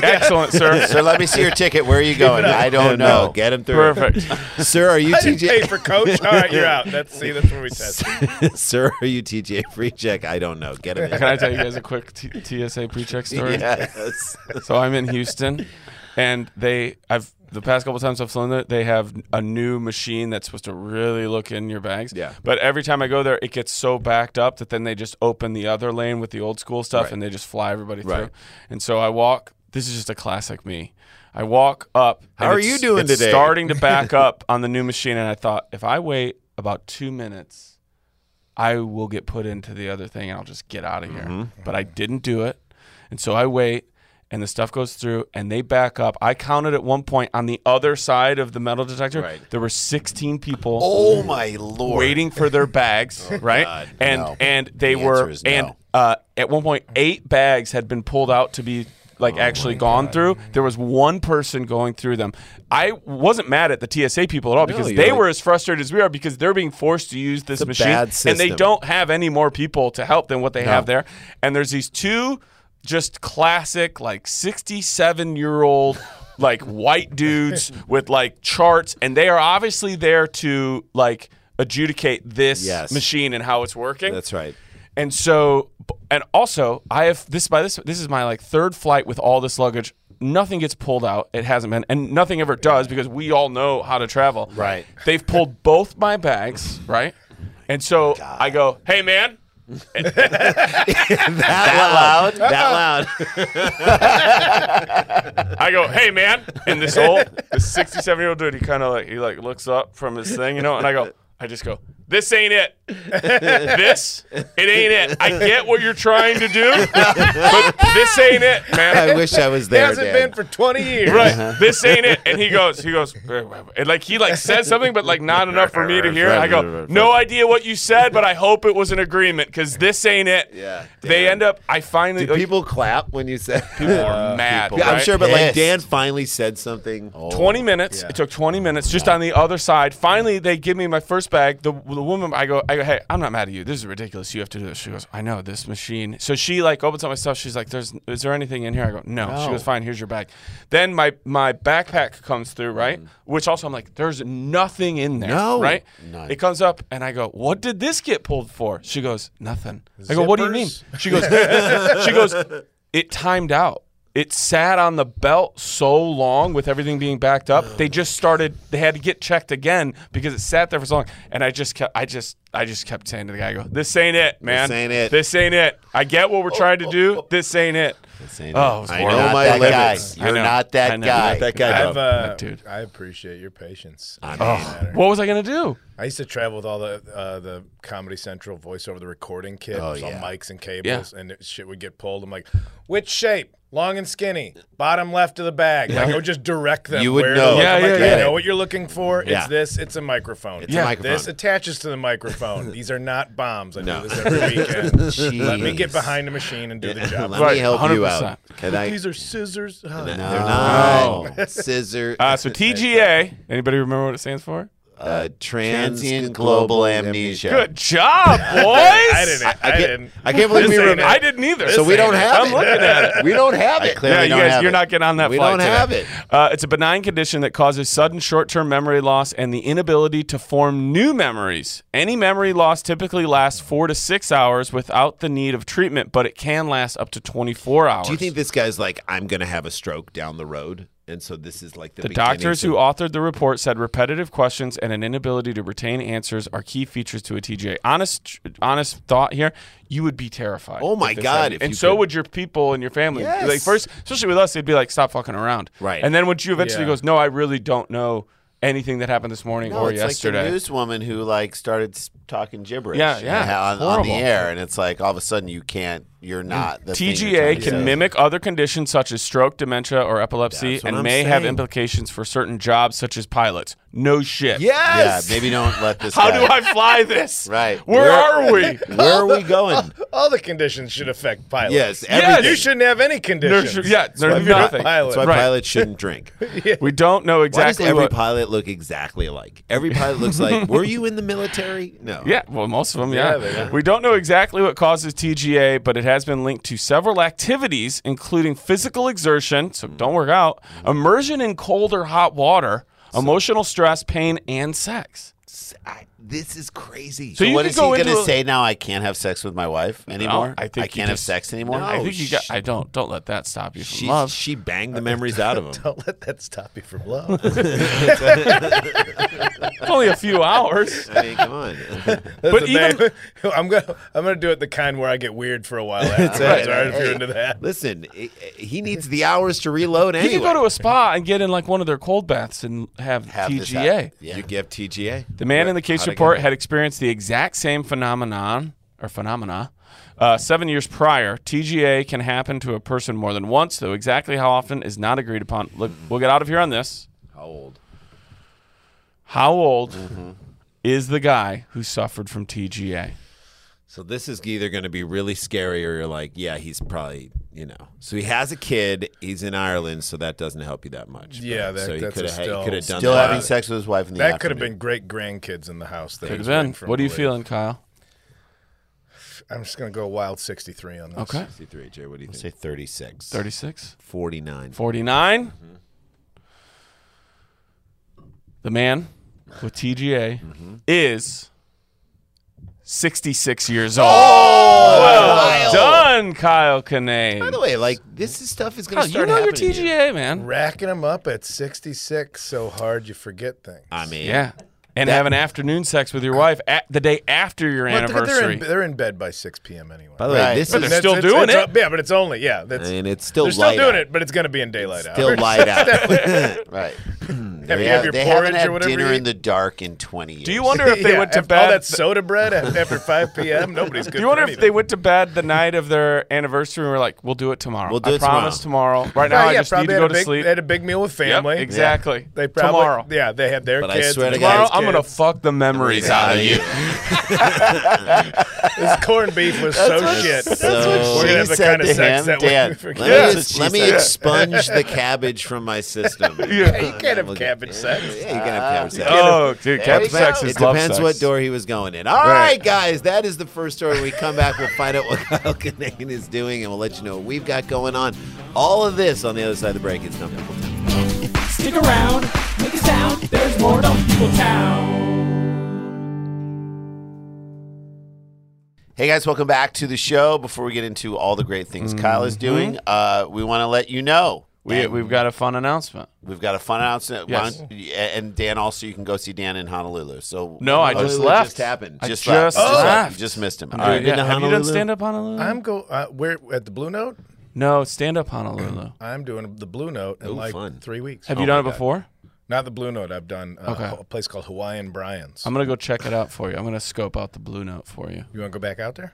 Speaker 3: [LAUGHS]
Speaker 5: Excellent, sir.
Speaker 6: Sir, let me see your ticket. Where are you going? I don't know.
Speaker 3: Get him through.
Speaker 5: Perfect.
Speaker 3: Sir, are you
Speaker 4: I didn't pay
Speaker 3: TGA? [LAUGHS]
Speaker 4: for coach. All right, you're out. That's see, that's where we test.
Speaker 3: Sir, are you TGA pre-check? I don't know. Get him. [LAUGHS]
Speaker 5: Can I tell you guys a quick T- TSA pre-check story?
Speaker 3: in. Yes.
Speaker 5: So I'm in Houston, and they I've the past couple times I've flown there, they have a new machine that's supposed to really look in your bags.
Speaker 3: Yeah.
Speaker 5: But every time I go there, it gets so backed up that then they just open the other lane with the old school stuff and they just fly everybody through.
Speaker 3: Right.
Speaker 5: And so I walk. This is just a classic me. I walk up. How
Speaker 3: are you doing
Speaker 5: it's
Speaker 3: today?
Speaker 5: Starting
Speaker 3: [LAUGHS]
Speaker 5: to back up on the new machine, and I thought if I wait about two minutes. I will get put into the other thing and I'll just get out of here.
Speaker 6: Mm-hmm.
Speaker 5: But I didn't do it. And so I wait and the stuff goes through and they back up. I counted at one point on the other side of the metal detector,
Speaker 3: Right.
Speaker 5: there were 16 people
Speaker 6: Oh my lord! Oh,
Speaker 5: waiting for their bags,
Speaker 6: [LAUGHS]
Speaker 5: right?
Speaker 6: God,
Speaker 5: and
Speaker 6: no.
Speaker 5: and they
Speaker 6: The
Speaker 5: were
Speaker 6: answer is
Speaker 5: and
Speaker 6: no.
Speaker 5: uh, at one point eight bags had been pulled out to be like
Speaker 6: Oh,
Speaker 5: actually gone through. There was one person going through them. I wasn't mad at the TSA people at all because
Speaker 3: you're
Speaker 5: they
Speaker 3: like-
Speaker 5: were as frustrated as we are because they're being forced to use this
Speaker 3: a
Speaker 5: machine
Speaker 3: bad
Speaker 5: and they
Speaker 3: system.
Speaker 5: don't have any more people to help than what they have there. And there's these two just classic like 67 year old like white
Speaker 3: [LAUGHS]
Speaker 5: dudes with like charts and they are obviously there to like adjudicate this
Speaker 3: Yes.
Speaker 5: machine and how it's working.
Speaker 3: That's right.
Speaker 5: And so, b- and also, I have this by this. This is my like third flight with all this luggage. Nothing gets pulled out. It hasn't been, and nothing ever does because we all know how to travel.
Speaker 6: Right.
Speaker 5: They've pulled both my bags. Right. And so I go, hey man,
Speaker 6: that, loud.
Speaker 3: That loud.
Speaker 5: I go, hey man, and this old, this sixty-seven year old dude, he kind of like he like looks up from his thing, you know, and I go, I just go, this ain't it, this it ain't it. I get what you're trying to do, but this ain't it,
Speaker 3: [LAUGHS]
Speaker 5: man.
Speaker 3: I wish I was
Speaker 4: It
Speaker 3: there.
Speaker 4: hasn't
Speaker 3: Dan.
Speaker 4: been for 20 years.
Speaker 5: right
Speaker 3: Uh-huh.
Speaker 5: this ain't it and
Speaker 3: [LAUGHS]
Speaker 5: he goes he goes and like he like said something but like not enough for me to hear i go no idea what you said but i hope it was an agreement because this ain't it
Speaker 3: Yeah,
Speaker 5: they
Speaker 3: damn.
Speaker 5: end up i finally
Speaker 3: Did
Speaker 5: like,
Speaker 3: people clap when you said?
Speaker 5: people are mad
Speaker 3: Yeah, [LAUGHS] I'm
Speaker 5: right?
Speaker 3: sure, but like
Speaker 6: Pissed.
Speaker 3: Dan finally said something.
Speaker 5: 20 minutes. It took 20 minutes just on the other side. Finally, they give me my first bag. The, the woman, I go, I go, hey, I'm not mad at you. This is ridiculous. You have to do this. She goes, I know this machine. So she like opens up my stuff. She's like, there's, is there anything in here? I go, no. She goes, fine. Here's your bag. Then my my backpack comes through, right? Which also I'm like, there's nothing in there,
Speaker 3: No.
Speaker 5: right? It comes up and I go, what did this get pulled for? She goes, nothing. I go, what do you mean?
Speaker 4: Zippers?
Speaker 5: She goes, she goes, [LAUGHS] it timed out. It sat on the belt so long with everything being backed up.
Speaker 3: Oh.
Speaker 5: They just started. They had to get checked again because it sat there for so long. And I just kept. I just. I just kept saying to the guy, I "Go. This ain't it, man.
Speaker 3: ain't it. Oh,
Speaker 5: This ain't it. I get what we're trying to do. This ain't it. This
Speaker 6: ain't
Speaker 5: oh, it was
Speaker 3: I
Speaker 5: horrible.
Speaker 3: know
Speaker 6: Not
Speaker 3: my
Speaker 6: that
Speaker 3: limits.
Speaker 6: guy.
Speaker 5: I
Speaker 6: You're
Speaker 5: know.
Speaker 6: not
Speaker 5: I
Speaker 6: that
Speaker 5: know.
Speaker 6: guy.
Speaker 3: That guy.
Speaker 4: I've,
Speaker 3: though.
Speaker 4: uh,
Speaker 5: dude.
Speaker 4: I appreciate your patience.
Speaker 3: Oh, [LAUGHS]
Speaker 5: What was I gonna do?
Speaker 4: I used to travel with all the uh, the Comedy Central voiceover, the recording kit, oh, all mics and cables, and it, shit would get pulled. I'm like, which shape? Long and skinny, bottom left of the bag. Like, I would just direct them.
Speaker 3: You would
Speaker 4: where
Speaker 3: know.
Speaker 4: To look.
Speaker 5: Yeah,
Speaker 4: I'm like,
Speaker 5: yeah,
Speaker 4: I
Speaker 5: yeah.
Speaker 4: know what you're looking for.
Speaker 3: Yeah.
Speaker 4: It's this. It's a microphone. It's
Speaker 3: a Yeah. microphone.
Speaker 4: This attaches to the microphone. These are not bombs. I do this every
Speaker 3: Oh,
Speaker 4: weekend. Let me get
Speaker 6: Jeez.
Speaker 4: behind the machine and do the job.
Speaker 3: Let
Speaker 5: Right,
Speaker 3: me help you
Speaker 5: 100%.
Speaker 3: out. Can I? Oh.
Speaker 4: These are scissors. Huh.
Speaker 3: They're not scissor. [LAUGHS]
Speaker 5: Uh, so TGA. Anybody remember what it stands for?
Speaker 3: uh, trans
Speaker 6: Transient global amnesia.
Speaker 5: Good
Speaker 3: [LAUGHS]
Speaker 5: job, boys.
Speaker 4: I didn't. I,
Speaker 3: I
Speaker 4: didn't.
Speaker 3: can't, I can't believe
Speaker 4: This
Speaker 3: we
Speaker 4: ain't
Speaker 3: remember.
Speaker 4: it.
Speaker 5: I didn't either.
Speaker 3: So we don't
Speaker 5: This ain't
Speaker 3: have
Speaker 5: I'm
Speaker 3: it.
Speaker 5: looking
Speaker 3: [LAUGHS]
Speaker 5: at it.
Speaker 3: We don't have
Speaker 6: I
Speaker 3: it.
Speaker 6: clearly
Speaker 5: yeah,
Speaker 6: don't
Speaker 5: you guys,
Speaker 6: have
Speaker 5: you're
Speaker 6: it.
Speaker 5: not getting on that
Speaker 3: We
Speaker 5: flight
Speaker 3: don't
Speaker 5: today.
Speaker 3: have it.
Speaker 5: Uh, it's a benign condition that causes sudden short-term memory loss and the inability to form new memories. Any memory loss typically lasts four to six hours without the need of treatment, but it can last up to 24 hours.
Speaker 3: Do you think this guy's like, I'm gonna have a stroke down the road, and so this is like the,
Speaker 5: the
Speaker 3: beginning
Speaker 5: doctors
Speaker 3: to-
Speaker 5: who authored the report said repetitive questions and an inability to retain answers are key features to a TJ. Honest, honest thought here. You would be terrified.
Speaker 3: Oh my
Speaker 5: if this
Speaker 3: God,
Speaker 5: happened.
Speaker 3: if
Speaker 5: and
Speaker 3: you
Speaker 5: so
Speaker 3: could-
Speaker 5: would your people and your family.
Speaker 3: Yes.
Speaker 5: Like first, especially with us, they'd be like, "Stop fucking around."
Speaker 3: Right.
Speaker 5: And then once you eventually
Speaker 4: Yeah.
Speaker 5: goes, "No, I really don't know anything that happened this morning
Speaker 6: No,
Speaker 5: or
Speaker 6: it's
Speaker 5: yesterday."
Speaker 6: like the newswoman who like started s- talking gibberish.
Speaker 5: Yeah, yeah,
Speaker 6: and ha-
Speaker 5: it's
Speaker 6: On, on
Speaker 5: horrible.
Speaker 6: the
Speaker 5: Mm.
Speaker 6: air, and it's like all of a sudden you can't. You're not the thing you're trying
Speaker 5: TGA
Speaker 6: to
Speaker 5: can
Speaker 6: say.
Speaker 5: mimic other conditions such as stroke, dementia, or epilepsy,
Speaker 3: That's what
Speaker 5: and
Speaker 3: I'm
Speaker 5: may have
Speaker 3: saying.
Speaker 5: implications for certain jobs such as pilots. No shit.
Speaker 6: Yeah,
Speaker 3: Yes.
Speaker 6: maybe don't let this.
Speaker 5: How
Speaker 6: guy-
Speaker 5: do I
Speaker 3: [LAUGHS]
Speaker 5: fly this?
Speaker 6: Right.
Speaker 5: Where,
Speaker 6: Where-
Speaker 5: are we?
Speaker 6: Where are we
Speaker 5: [LAUGHS]
Speaker 6: going?
Speaker 4: All the conditions should affect pilots.
Speaker 3: Yes.
Speaker 5: Yes.
Speaker 4: You shouldn't have any conditions.
Speaker 5: There's- yeah,
Speaker 4: That's why
Speaker 5: there's
Speaker 4: you're a
Speaker 5: nothing.
Speaker 4: pilot.
Speaker 3: That's why
Speaker 5: Right.
Speaker 3: pilots shouldn't
Speaker 5: [LAUGHS]
Speaker 3: drink.
Speaker 5: We don't know
Speaker 3: Why does
Speaker 5: exactly
Speaker 3: every
Speaker 5: what.
Speaker 3: pilot look exactly alike? Every pilot looks like.
Speaker 5: [LAUGHS]
Speaker 3: Were you in the military? No.
Speaker 5: yeah, well, most of them,
Speaker 4: Yeah,
Speaker 5: yeah.
Speaker 4: they are.
Speaker 5: We don't know exactly what causes TGA, but it has been linked to several activities, including physical exertion, so don't work out, immersion in cold or hot water, emotional stress, pain, and sex.
Speaker 3: I, this is crazy.
Speaker 5: So you
Speaker 6: what
Speaker 5: could
Speaker 6: is he
Speaker 5: go
Speaker 6: going
Speaker 5: into
Speaker 6: to
Speaker 5: a-
Speaker 6: say now? I can't have sex with my wife anymore.
Speaker 5: I think you
Speaker 6: can't have
Speaker 5: just-
Speaker 6: sex anymore.
Speaker 5: I think you got.
Speaker 3: sh-
Speaker 5: I don't. Don't let that stop you from
Speaker 3: she
Speaker 5: love.
Speaker 3: she banged the memories out of
Speaker 5: [LAUGHS]
Speaker 3: him.
Speaker 4: [LAUGHS] Don't let that stop you from love.
Speaker 5: It's only a
Speaker 3: [LAUGHS]
Speaker 5: few hours.
Speaker 3: I mean, come on.
Speaker 5: [LAUGHS]
Speaker 3: [LAUGHS]
Speaker 5: But
Speaker 4: but
Speaker 5: even-
Speaker 4: even I'm gonna I'm gonna do it the kind where I get weird for a
Speaker 3: [LAUGHS]
Speaker 4: while. After.
Speaker 3: right.
Speaker 4: Sorry if you're into that.
Speaker 3: Listen, i i- he needs the hours to reload
Speaker 5: You
Speaker 3: anyway.
Speaker 5: could go to a spa and get in like one of their cold baths and have,
Speaker 6: Have this
Speaker 5: TGA.
Speaker 6: happen. Yeah.
Speaker 3: You give TGA.
Speaker 5: The man in the case
Speaker 3: How'd it
Speaker 5: report had experienced the exact same phenomenon or phenomena uh, seven years prior. TGA can happen to a person more than once, though exactly how often is not agreed upon. Look, we'll get out of here on this.
Speaker 3: How old?
Speaker 5: How old
Speaker 4: Mm-hmm.
Speaker 5: is the guy who suffered from TGA?
Speaker 3: So this is either going to be really scary, or you're like, yeah, he's probably, you know. So he has a kid. He's in Ireland, so that doesn't help you that much.
Speaker 4: Yeah,
Speaker 3: But-
Speaker 4: that-
Speaker 3: so he
Speaker 4: that's
Speaker 3: could
Speaker 4: a
Speaker 3: have
Speaker 4: still-
Speaker 3: could have done
Speaker 6: Still
Speaker 3: that.
Speaker 6: having sex with his wife in the
Speaker 4: That could have
Speaker 6: afternoon.
Speaker 4: been great grandkids in the house. That
Speaker 5: Could
Speaker 4: he's
Speaker 5: have
Speaker 4: waiting
Speaker 5: been.
Speaker 4: for him
Speaker 5: What are
Speaker 4: to
Speaker 5: you
Speaker 4: leave.
Speaker 5: feeling, Kyle?
Speaker 4: I'm just gonna go wild 63 on this.
Speaker 5: Okay.
Speaker 3: 63, Jay. What do you
Speaker 6: Say
Speaker 3: think?
Speaker 6: thirty-six.
Speaker 5: 36?
Speaker 3: 49.
Speaker 5: 49.
Speaker 4: Mm-hmm.
Speaker 5: The man with TGA
Speaker 4: Mm-hmm.
Speaker 5: is 66 years
Speaker 4: Oh!
Speaker 5: old. well done, Kyle Kinane.
Speaker 3: By the way, like this is stuff is going
Speaker 5: Kyle,
Speaker 3: to
Speaker 5: you
Speaker 3: start
Speaker 5: know your
Speaker 3: happening. to you.
Speaker 5: TGA, man.
Speaker 4: Racking them up at 66 so hard you forget things.
Speaker 3: I mean,
Speaker 5: Yeah. And having afternoon sex with your wife at the day after your
Speaker 4: But they're- They're
Speaker 5: anniversary.
Speaker 4: in, they're in bed by 6 p.m. anyway.
Speaker 3: By the way,
Speaker 6: Right.
Speaker 3: this
Speaker 5: But
Speaker 3: is
Speaker 5: they're still
Speaker 4: it's-
Speaker 5: doing
Speaker 4: it's-
Speaker 5: it.
Speaker 4: Yeah, but it's only yeah. That's
Speaker 3: and it's still
Speaker 4: they're still
Speaker 3: light
Speaker 4: doing
Speaker 3: out.
Speaker 4: it, but it's gonna be in daylight hours.
Speaker 3: Still
Speaker 4: [LAUGHS]
Speaker 3: light out.
Speaker 6: Right.
Speaker 4: Have
Speaker 6: They,
Speaker 4: you have
Speaker 6: have,
Speaker 4: your
Speaker 6: they
Speaker 4: porridge
Speaker 6: haven't
Speaker 4: or
Speaker 6: had
Speaker 4: whatever.
Speaker 6: dinner
Speaker 4: you
Speaker 6: in the dark in twenty years.
Speaker 5: Do you
Speaker 4: [LAUGHS]
Speaker 5: wonder [LAUGHS] if they
Speaker 4: Yeah,
Speaker 5: went to
Speaker 4: after all
Speaker 5: bed?
Speaker 4: that soda bread [LAUGHS] af- after 5 p.m. Nobody's good.
Speaker 5: do you wonder
Speaker 4: for
Speaker 5: if they
Speaker 4: anything.
Speaker 5: went to bed the night of their anniversary and were like, "We'll do it tomorrow.
Speaker 3: We'll do
Speaker 5: I
Speaker 3: it
Speaker 5: promise tomorrow. Right now,
Speaker 4: Right,
Speaker 5: I
Speaker 4: yeah,
Speaker 5: just need to
Speaker 4: probably
Speaker 5: go
Speaker 4: had
Speaker 5: to
Speaker 4: a big,
Speaker 5: sleep."
Speaker 4: They had a big meal with
Speaker 5: Yep,
Speaker 4: family.
Speaker 5: exactly.
Speaker 4: They probably,
Speaker 5: tomorrow.
Speaker 4: Yeah, they had their
Speaker 3: But I
Speaker 4: kids.
Speaker 3: swear to
Speaker 4: they
Speaker 3: God,
Speaker 4: had
Speaker 5: Tomorrow,
Speaker 4: his
Speaker 5: I'm gonna
Speaker 4: kids.
Speaker 5: fuck the memories out of you.
Speaker 4: This corned beef was so shit.
Speaker 3: That's what
Speaker 4: We're
Speaker 6: she
Speaker 4: gonna have the
Speaker 6: said
Speaker 4: kind of
Speaker 6: to
Speaker 4: sex
Speaker 6: him,
Speaker 4: that
Speaker 6: Dan. [LAUGHS]
Speaker 4: we [LAUGHS] forget.
Speaker 3: Let me,
Speaker 6: That's what she
Speaker 3: let me
Speaker 6: said.
Speaker 3: expunge
Speaker 6: [LAUGHS]
Speaker 3: the cabbage from my system.
Speaker 5: Yeah.
Speaker 4: Hey, [LAUGHS] you can't have
Speaker 3: Look,
Speaker 4: cabbage sex.
Speaker 3: Yeah, you can have
Speaker 6: Uh,
Speaker 3: cabbage sex.
Speaker 5: Oh, dude,
Speaker 6: There
Speaker 5: cap
Speaker 6: you
Speaker 5: sex
Speaker 6: go.
Speaker 5: is
Speaker 3: it
Speaker 5: love
Speaker 3: depends
Speaker 5: sex.
Speaker 3: what door he was going in. All right. guys, that is the first story. When we come back, we'll find out what [LAUGHS] Kyle Kinane is doing, and we'll let you know what we've got going on. All of this on the other side of the break. It's number
Speaker 2: Stick around, make a sound. There's more to People Town.
Speaker 6: Hey guys, welcome back to the show. Before we get into all the great things Kyle is doing, uh, we want to let you know
Speaker 5: We, we've got a fun announcement.
Speaker 6: We've got a fun announcement.
Speaker 5: Yes.
Speaker 6: Why don't- And Dan, also, you can go see Dan in Honolulu. So
Speaker 5: No, I just
Speaker 3: Honolulu
Speaker 5: left.
Speaker 3: just happened.
Speaker 5: I
Speaker 6: just
Speaker 5: just
Speaker 6: left. Oh.
Speaker 5: left.
Speaker 6: Just left.
Speaker 5: left.
Speaker 6: You just missed him. All
Speaker 5: All right,
Speaker 6: right.
Speaker 5: yeah.
Speaker 3: to
Speaker 5: Have you done
Speaker 3: Honolulu?
Speaker 5: stand up Honolulu?
Speaker 4: I'm go. Uh, we're at the Blue Note.
Speaker 5: no stand up Honolulu.
Speaker 4: I'm doing the Blue Note in
Speaker 3: Ooh,
Speaker 4: like
Speaker 3: fun.
Speaker 4: three weeks.
Speaker 3: Oh
Speaker 5: Have you done it before?
Speaker 4: Not the Blue Note. I've done uh,
Speaker 5: Okay. Um,
Speaker 4: a place called Hawaiian Brian's.
Speaker 5: I'm gonna go check it out for you. I'm gonna scope out the blue note
Speaker 3: [LAUGHS]
Speaker 5: for you.
Speaker 4: you want to go back out there?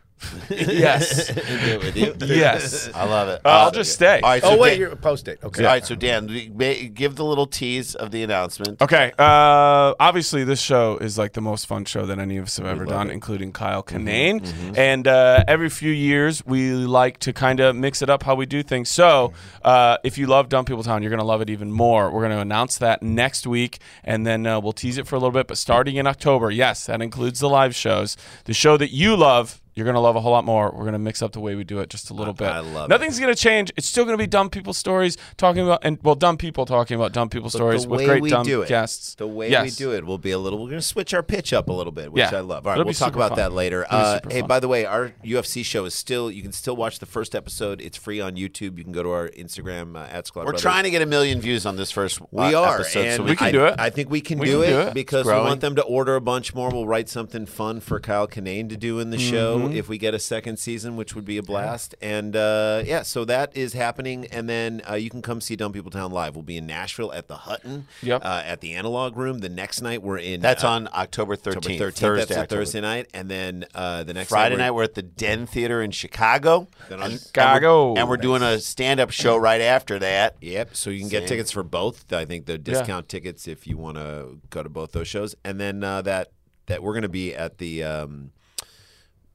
Speaker 5: yes,
Speaker 3: with
Speaker 5: [LAUGHS]
Speaker 3: you. [LAUGHS]
Speaker 5: yes.
Speaker 6: I love it.
Speaker 5: I'll just stay.
Speaker 6: All right. So
Speaker 4: Oh wait,
Speaker 6: Dan-
Speaker 4: you're post date. Okay.
Speaker 6: All right. So Dan, we- may- give the little tease of the announcement.
Speaker 5: Okay. Uh, obviously, this show is like the most fun show that any of us have ever done, including Kyle
Speaker 3: Mm-hmm,
Speaker 5: Kinane. And uh, every few years, we like to kind of mix it up how we do things. So
Speaker 3: Mm-hmm.
Speaker 5: uh, if you love Dumb People Town, you're going to love it even more. We're going to announce that next week, and then uh, we'll tease it for a little bit. But starting in October, yes, that includes the live shows. The show that you love, you're going to love a whole lot more. We're going to mix up the way we do it just a little bit.
Speaker 3: I love it.
Speaker 5: Nothing's going to change. It's still going to be dumb people stories talking about, and well, dumb people talking about dumb people stories
Speaker 3: But
Speaker 5: stories with great
Speaker 3: we
Speaker 5: dumb
Speaker 3: do it,
Speaker 5: guests.
Speaker 3: The way we
Speaker 5: Yes.
Speaker 3: do it will be a little. We're going to switch our pitch up a little bit, which
Speaker 5: Yeah.
Speaker 3: I love. All right,
Speaker 5: It'll
Speaker 3: we'll
Speaker 5: be
Speaker 3: talk
Speaker 5: super
Speaker 3: about
Speaker 5: fun.
Speaker 3: that later.
Speaker 5: It'll be
Speaker 3: Uh,
Speaker 5: super
Speaker 3: hey,
Speaker 5: fun.
Speaker 3: by the way, our UFC show is still. You can still watch the first episode. It's free on YouTube. You can go to our Instagram uh, at Squad.
Speaker 6: We're trying to get a million views on this first uh,
Speaker 3: We are,
Speaker 6: episode.
Speaker 3: and
Speaker 6: so
Speaker 5: We can
Speaker 3: I,
Speaker 5: do it.
Speaker 3: I think we can,
Speaker 5: We
Speaker 3: do,
Speaker 5: can do
Speaker 3: it
Speaker 5: it.
Speaker 3: because we
Speaker 6: Growing.
Speaker 3: want them to order a bunch more. We'll write something fun for Kyle Kinane to do in the show
Speaker 6: Mm-hmm.
Speaker 3: if we get a second season, which would be a blast. And uh, yeah, so that is happening. And then uh, you can come see Dumb People Town live. We'll be in Nashville at the Hutton,
Speaker 5: Yep.
Speaker 3: uh, at the Analog Room. The next night we're in.
Speaker 6: That's
Speaker 3: uh,
Speaker 6: on October
Speaker 3: October
Speaker 6: thirteenth.
Speaker 3: 13th.
Speaker 6: Thursday.
Speaker 3: That's a
Speaker 6: October
Speaker 3: Thursday night, and then uh, the next
Speaker 6: Friday
Speaker 3: night,
Speaker 6: night,
Speaker 3: we're-
Speaker 6: we're at the Den Theater in Chicago.
Speaker 3: Then on-
Speaker 6: And- and we're-
Speaker 5: Chicago.
Speaker 6: And we're doing a stand
Speaker 3: [CLEARS THROAT]
Speaker 6: up show right after that.
Speaker 3: Yep. So you can get
Speaker 6: Same.
Speaker 3: tickets for both. I think the discount tickets if you want to go to both those shows, and then uh, that that we're going to be at the um,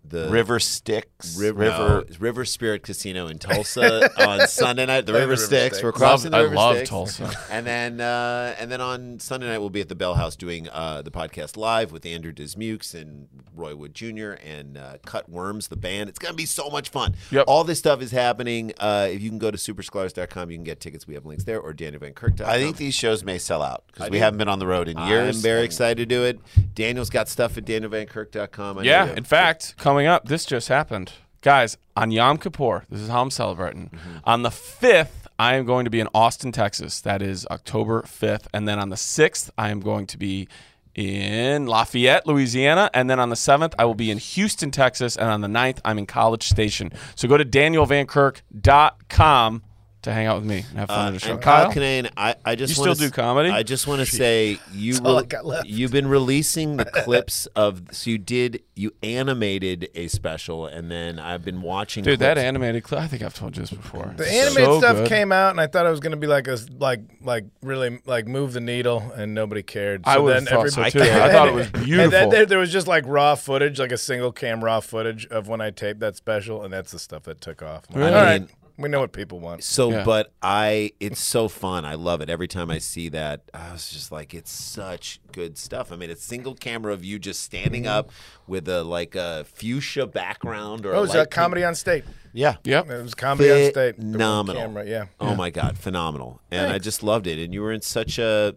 Speaker 3: the
Speaker 6: River Styx.
Speaker 3: Ri-
Speaker 6: River.
Speaker 3: no, it's River Spirit Casino
Speaker 6: [LAUGHS]
Speaker 3: in Tulsa on Sunday night. The
Speaker 4: Play the
Speaker 3: River
Speaker 4: River
Speaker 3: Styx.
Speaker 4: Styx.
Speaker 3: We're crossing the
Speaker 5: Love- I
Speaker 3: River
Speaker 5: love
Speaker 3: Styx. [LAUGHS]
Speaker 5: Tulsa.
Speaker 3: And then uh, and then on Sunday night we'll be at the Bell House doing uh, the podcast live with Andrew Dismukes and Roy Wood Jr. and uh, Cut Worms, the band. It's gonna be so much fun.
Speaker 5: Yep.
Speaker 3: All this stuff is happening. Uh, if you can go to superscolars.com, you can get tickets. We have links there or DanielVanKirk.com.
Speaker 6: I think these shows may sell out
Speaker 3: I
Speaker 6: because we
Speaker 3: do.
Speaker 6: haven't been on the road in years.
Speaker 3: I'm very excited to do it. Daniel's got stuff at DanielVanKirk.com. I know you
Speaker 5: Yeah,
Speaker 3: have-
Speaker 5: in fact, coming up, this just happened. Guys, on Yom Kippur, this is how I'm celebrating.
Speaker 3: Mm-hmm.
Speaker 5: On the 5th, I am going to be in Austin, Texas. That is October 5th. And then on the 6th, I am going to be in Lafayette, Louisiana. And then on the 7th, I will be in Houston, Texas. And on the 9th, I'm in College Station. So go to danielvankirk.com to hang out with me and have fun at the show.
Speaker 3: Uh, And Kyle,
Speaker 5: Kyle?
Speaker 3: Kinane, I, I just
Speaker 5: You
Speaker 3: wanna
Speaker 5: still do
Speaker 3: s-
Speaker 5: comedy?
Speaker 3: I just want to say you
Speaker 4: all
Speaker 3: re-
Speaker 4: I got left.
Speaker 3: you've been releasing the clips of so you did you animated a special and then I've been watching
Speaker 5: Dude, that
Speaker 3: clips.
Speaker 5: animated clip, I think I've told you this before.
Speaker 4: The
Speaker 5: It's
Speaker 4: animated
Speaker 5: so
Speaker 4: stuff
Speaker 5: good.
Speaker 4: came out, and I thought it was going to be like a like like really like move the needle, and nobody cared.
Speaker 5: I would have
Speaker 4: then
Speaker 5: thought so
Speaker 4: everybody- [LAUGHS]
Speaker 5: too. I thought it was
Speaker 4: And then
Speaker 5: beautiful.
Speaker 4: there, there was just like raw footage, like a single cam raw footage of when I taped that special, and that's the stuff that took off. I'm like,
Speaker 5: Really?
Speaker 4: All right, we know what people want.
Speaker 3: So,
Speaker 5: Yeah.
Speaker 3: but I, it's so fun. I love it. Every time I see that, I was just like, it's such good stuff. I mean, it's single camera of you just standing up with a like a fuchsia background or
Speaker 4: Oh, it was
Speaker 3: a
Speaker 4: a
Speaker 3: light pink
Speaker 4: comedy on state.
Speaker 6: Yeah.
Speaker 5: Yep.
Speaker 4: It was comedy on state. There was a
Speaker 3: Phenomenal.
Speaker 4: Camera, yeah.
Speaker 3: Oh my god, phenomenal! And I just loved it. And you were in such a,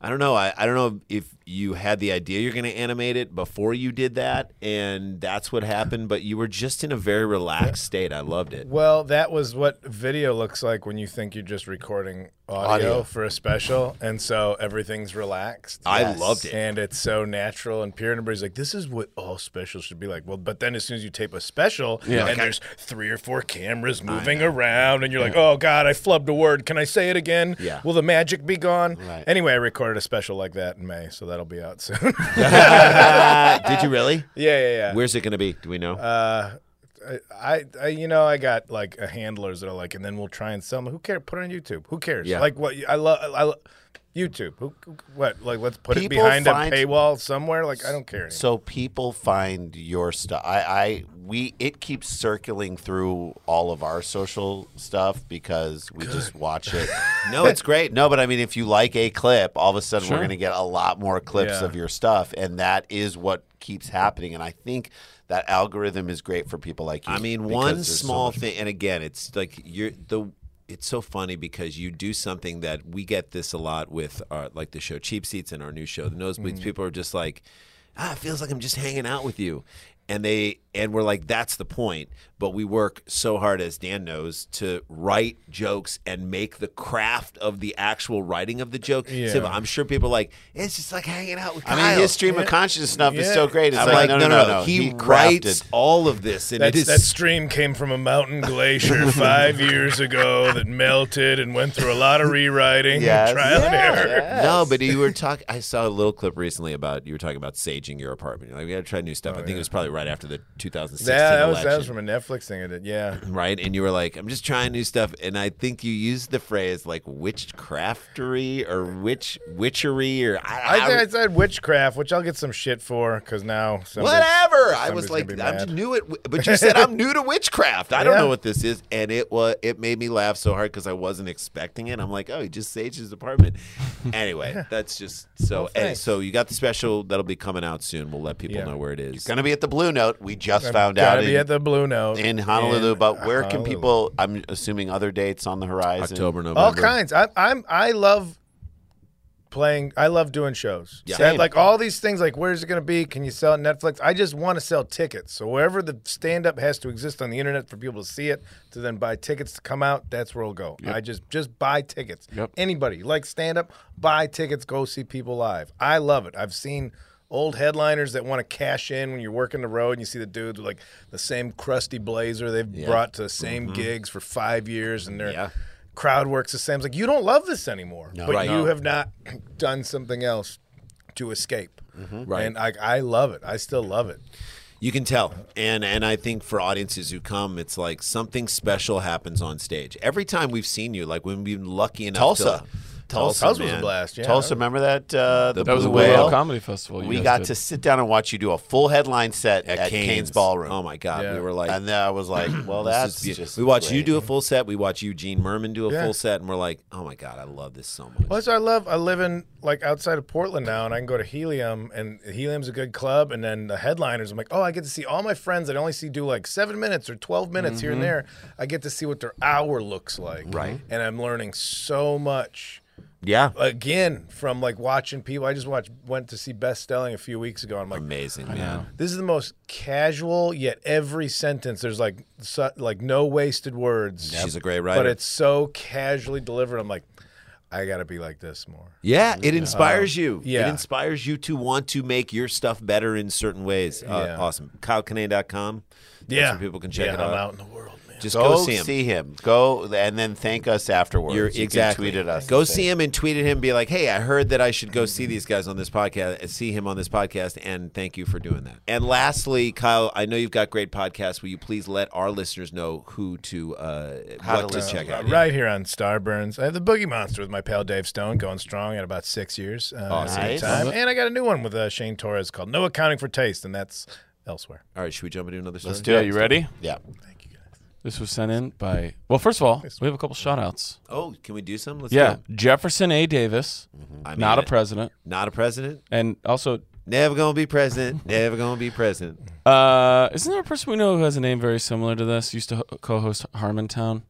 Speaker 3: I don't know, I, I don't know if you had the idea you're going to animate it before you did that, and that's what happened. But you were just in a very relaxed state. I loved it.
Speaker 4: Well, that was what video looks like when you think you're just recording audio,
Speaker 6: Audio.
Speaker 4: for a special, and so everything's relaxed.
Speaker 3: I loved it.
Speaker 4: And it's so natural. And Pierre and everybody's like, this is what all specials should be like. Well, but then as soon as you tape a special, and there's three or four cameras moving around, and you're like, oh God, I flubbed a word. Can I say it again?
Speaker 3: Yeah.
Speaker 4: Will the magic be gone?
Speaker 6: Right.
Speaker 4: Anyway, I recorded a special like that in May, so that'll be out soon. [LAUGHS] yeah,
Speaker 3: [LAUGHS] did you really?
Speaker 4: yeah, yeah.
Speaker 3: Where's it going to be? Do we know?
Speaker 4: Uh, I, I- I, you know, I got like a handlers that are like, and then we'll try and sell them. Who cares? Put it on YouTube. Who cares?
Speaker 3: Yeah.
Speaker 4: Like what I love, I lo- YouTube. Who, who- what? Like let's put it
Speaker 6: People
Speaker 4: behind a
Speaker 6: find-
Speaker 4: paywall somewhere. Like I don't care. anymore.
Speaker 6: So people find your stuff. I, I, we, it keeps circling through all of our social stuff because we just watch it.
Speaker 3: no, it's great.
Speaker 6: No, but I mean, if you like a clip, all of a sudden
Speaker 5: Sure.
Speaker 6: we're going to get a lot more clips
Speaker 4: Yeah.
Speaker 6: of your stuff, and that is what keeps happening. And I think that algorithm is great for people like you.
Speaker 3: I mean,
Speaker 6: because
Speaker 3: one
Speaker 6: there's so
Speaker 3: small
Speaker 6: much-
Speaker 3: thing, and again, it's like you're the. It's so funny because you do something that we get this a lot with our like the show Cheap Seats and our new show The Nosebleeds.
Speaker 6: Mm-hmm.
Speaker 3: People are just like, ah, it feels like I'm just hanging out with you, and they and we're like, that's the point. But we work so hard, as Dan knows, to write jokes and make the craft of the actual writing of the joke. So
Speaker 4: Yeah.
Speaker 3: I'm sure people are like it's just like hanging out with.
Speaker 6: I
Speaker 3: Kyle."
Speaker 6: mean, his stream of consciousness stuff is so
Speaker 4: Yeah.
Speaker 6: great. It's
Speaker 3: I'm like, no, no, no, He,
Speaker 6: crafted-
Speaker 3: writes all of this, and
Speaker 4: That,
Speaker 3: it is
Speaker 4: that stream came from a mountain
Speaker 6: [LAUGHS]
Speaker 4: glacier five years ago that melted and went through a lot of rewriting,
Speaker 6: Yes.
Speaker 4: and trial and error.
Speaker 3: No, but
Speaker 4: [LAUGHS]
Speaker 3: you were talking. I saw a little clip recently about you were talking about saging your apartment. You're like, we got to try new stuff. I think it was probably right after the 2016
Speaker 4: Oh, Yeah, that was
Speaker 3: election,
Speaker 4: that was from a Netflix thing I did. Yeah,
Speaker 3: right? And you were like, I'm just trying new stuff. And I think you used the phrase like witchcraftery or witch witchery or I,
Speaker 4: I,
Speaker 3: I-
Speaker 4: think I said witchcraft, which I'll get some shit for because now somebody-
Speaker 3: whatever. I was
Speaker 4: somebody's
Speaker 3: like,
Speaker 4: gonna be
Speaker 3: I'm
Speaker 4: mad.
Speaker 3: just new at, but you said I'm new to witchcraft. I don't
Speaker 4: Yeah.
Speaker 3: know what this is, and it was it made me laugh so hard because I wasn't expecting it. I'm like, oh, he just saged his
Speaker 4: [LAUGHS]
Speaker 3: apartment. anyway, that's just so. and
Speaker 4: thanks.
Speaker 3: so you got the special that'll be coming out soon. We'll let people
Speaker 4: Yeah.
Speaker 3: know where it is.
Speaker 6: Gonna be at the Blue Note. We just found
Speaker 4: gotta
Speaker 6: out
Speaker 4: be
Speaker 6: in,
Speaker 4: at the Blue Note
Speaker 6: in Honolulu.
Speaker 4: in
Speaker 6: but where can
Speaker 4: Honolulu.
Speaker 6: people? I'm assuming other dates on the horizon.
Speaker 3: October, November.
Speaker 4: all kinds. I, I'm I love playing. I love doing shows.
Speaker 3: Yeah.
Speaker 4: That- like all these things. Like where's it going to be? Can you sell it on Netflix? I just want to sell tickets. So wherever the stand up has to exist on the internet for people to see it, to then buy tickets to come out. That's where we'll go. I just just buy tickets.
Speaker 5: Yep.
Speaker 4: Anybody like stand up, buy tickets. Go see people live. I love it. I've seen. Old headliners that want to cash in when you're working the road and you see the dudes with like the same crusty blazer they've brought to the same gigs for five years and they're
Speaker 3: Mm-hmm. Yeah.
Speaker 4: crowd works the same. It's like you don't love this anymore, but
Speaker 3: Right.
Speaker 4: you
Speaker 3: No.
Speaker 4: have not [CLEARS THROAT] done something else to escape.
Speaker 3: Mm-hmm. Right.
Speaker 4: And I, I love it. I still love it.
Speaker 3: You can tell, and and I think for audiences who come, it's like something special happens on stage every time we've seen you. Like when we've been lucky enough,
Speaker 6: Tulsa.
Speaker 3: to,
Speaker 6: Tulsa,
Speaker 4: Tulsa was a
Speaker 6: man.
Speaker 4: blast, yeah.
Speaker 6: Tulsa, remember that? Uh, the
Speaker 5: That was a
Speaker 6: Blue
Speaker 5: Blue Whale
Speaker 6: Whale
Speaker 5: Comedy Festival. you
Speaker 6: We
Speaker 5: guys
Speaker 6: got
Speaker 5: did.
Speaker 6: to sit down and watch you do a full headline set at, Kane's. Ballroom.
Speaker 3: Oh my god,
Speaker 4: Yeah.
Speaker 3: we were like,
Speaker 6: and then I
Speaker 3: [CLEARS THROAT]
Speaker 6: was like, well,
Speaker 3: this
Speaker 6: that's
Speaker 3: is beautiful.
Speaker 6: just.
Speaker 3: we watched you
Speaker 6: great.
Speaker 3: do a full set. We watched Eugene Merman do a
Speaker 4: Yeah.
Speaker 3: full set, and we're like, oh my god, I love this so much.
Speaker 4: Well, that's what I love. I live in like outside of Portland now, and I can go to Helium, and Helium's a good club. And then the headliners, I'm like, oh, I get to see all my friends that I only see do like seven minutes or twelve minutes here and there. I get to see what their hour looks like, right? And I'm learning so much
Speaker 3: Yeah,
Speaker 4: again from like watching people. I just watched went to see Best Stelling a few weeks ago. and I'm like,
Speaker 3: amazing, man.
Speaker 4: this is the most casual, yet every sentence there's like su- like no wasted words.
Speaker 3: She's a great
Speaker 4: but
Speaker 3: writer.
Speaker 4: it's so casually delivered. I'm like, I gotta be like this more.
Speaker 3: Yeah, it inspires you.
Speaker 4: yeah.
Speaker 3: It inspires you to want to make your stuff better in certain ways. Uh,
Speaker 4: Yeah.
Speaker 3: Awesome. KyleKinane.com. That's
Speaker 4: Yeah,
Speaker 3: where people can check
Speaker 4: Yeah,
Speaker 3: it
Speaker 4: I'm
Speaker 3: out.
Speaker 4: in the world, man.
Speaker 3: Just go,
Speaker 6: Go,
Speaker 3: see him.
Speaker 6: Go and then thank us afterwards.
Speaker 3: You're
Speaker 6: You can
Speaker 3: exactly.
Speaker 6: tweet at us.
Speaker 3: Go
Speaker 6: and say-
Speaker 3: see him and tweet at him. Be like, hey, I heard that I should go see these guys on this podcast. See him on this podcast, and thank you for doing that. And lastly, Kyle, I know you've got great podcasts. Will you please let our listeners know who to uh, what
Speaker 6: How to
Speaker 3: to,
Speaker 6: listen.
Speaker 3: check out?
Speaker 4: Right here on Starburns, I have the Boogie Monster with my pal Dave Stone going strong at about six years. Uh,
Speaker 3: Awesome. Uh-huh.
Speaker 4: at a
Speaker 6: Nice.
Speaker 4: Time. And I got a new one with uh, Shane Torres called "No Accounting for Taste," and that's elsewhere.
Speaker 3: All right, should we jump into another story?
Speaker 6: Let's do
Speaker 5: Yeah,
Speaker 6: it.
Speaker 5: you ready?
Speaker 6: Yeah.
Speaker 4: Thank you. guys.
Speaker 5: This was sent in by. Well, first of all, we have a couple shout outs.
Speaker 3: Oh, can we do some? Let's
Speaker 5: Yeah.
Speaker 3: do it.
Speaker 5: Jefferson A. Davis,
Speaker 6: Mm-hmm.
Speaker 3: I mean
Speaker 5: not a
Speaker 3: it.
Speaker 5: president.
Speaker 3: Not a president.
Speaker 5: And also,
Speaker 3: Never gonna be president. Never gonna be
Speaker 5: [LAUGHS]
Speaker 3: president.
Speaker 5: uh, isn't there a person we know who has a name very similar to this? Used to ho- co host Harmontown?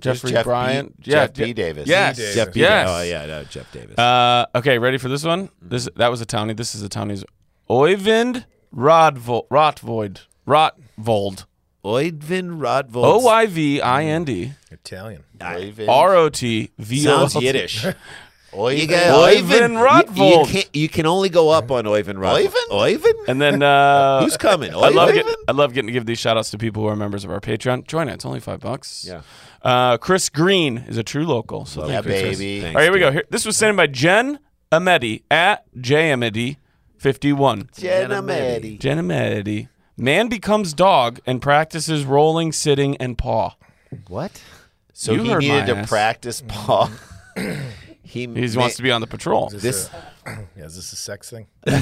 Speaker 5: Jeffrey
Speaker 6: Jeff B-
Speaker 5: Bryant?
Speaker 6: Jeff
Speaker 5: Je-
Speaker 6: B. Davis.
Speaker 5: Yes.
Speaker 4: B. Davis.
Speaker 3: Jeff
Speaker 5: Yes.
Speaker 3: Davis. Oh yeah, no, Jeff Davis.
Speaker 5: Uh, okay, ready for this one? This that was a townie. This is a townie's Oyvind Rodvo- Rotvoid Rotvold
Speaker 3: Oidvin Rodvold.
Speaker 5: O Y V I N D
Speaker 4: Italian.
Speaker 6: Raven-
Speaker 5: R O T V O L T.
Speaker 3: Mm-hmm.
Speaker 6: [LAUGHS]
Speaker 3: Sounds Yiddish.
Speaker 6: Oy-
Speaker 5: Oivin
Speaker 3: You,
Speaker 5: Rodvold.
Speaker 3: you, can't, you can only go up on Oivin Rodvold. Oivin?
Speaker 5: And then
Speaker 3: [LAUGHS]
Speaker 5: uh,
Speaker 3: Who's coming?
Speaker 5: I love
Speaker 3: Oivin?
Speaker 5: getting I love getting to give these shout outs to people who are members of our Patreon. Join it; it's only five bucks.
Speaker 3: Yeah.
Speaker 5: Uh, Chris Green is a true local. So
Speaker 6: Yeah,
Speaker 5: thank you, Chris.
Speaker 6: baby.
Speaker 5: All right, here we go. Here, this was sent in by Jen Amedi at Jamedi fifty one.
Speaker 6: Jenna Medi.
Speaker 5: Jen Amedi. Man becomes dog and practices rolling, sitting, and paw.
Speaker 3: What?
Speaker 6: So
Speaker 5: You
Speaker 6: he
Speaker 5: heard
Speaker 6: needed
Speaker 5: my
Speaker 6: to
Speaker 5: ass.
Speaker 6: practice
Speaker 3: [LAUGHS]
Speaker 6: paw.
Speaker 3: He,
Speaker 5: He just wants to be on the patrol.
Speaker 3: This,
Speaker 4: Yeah, is this a sex thing?
Speaker 3: when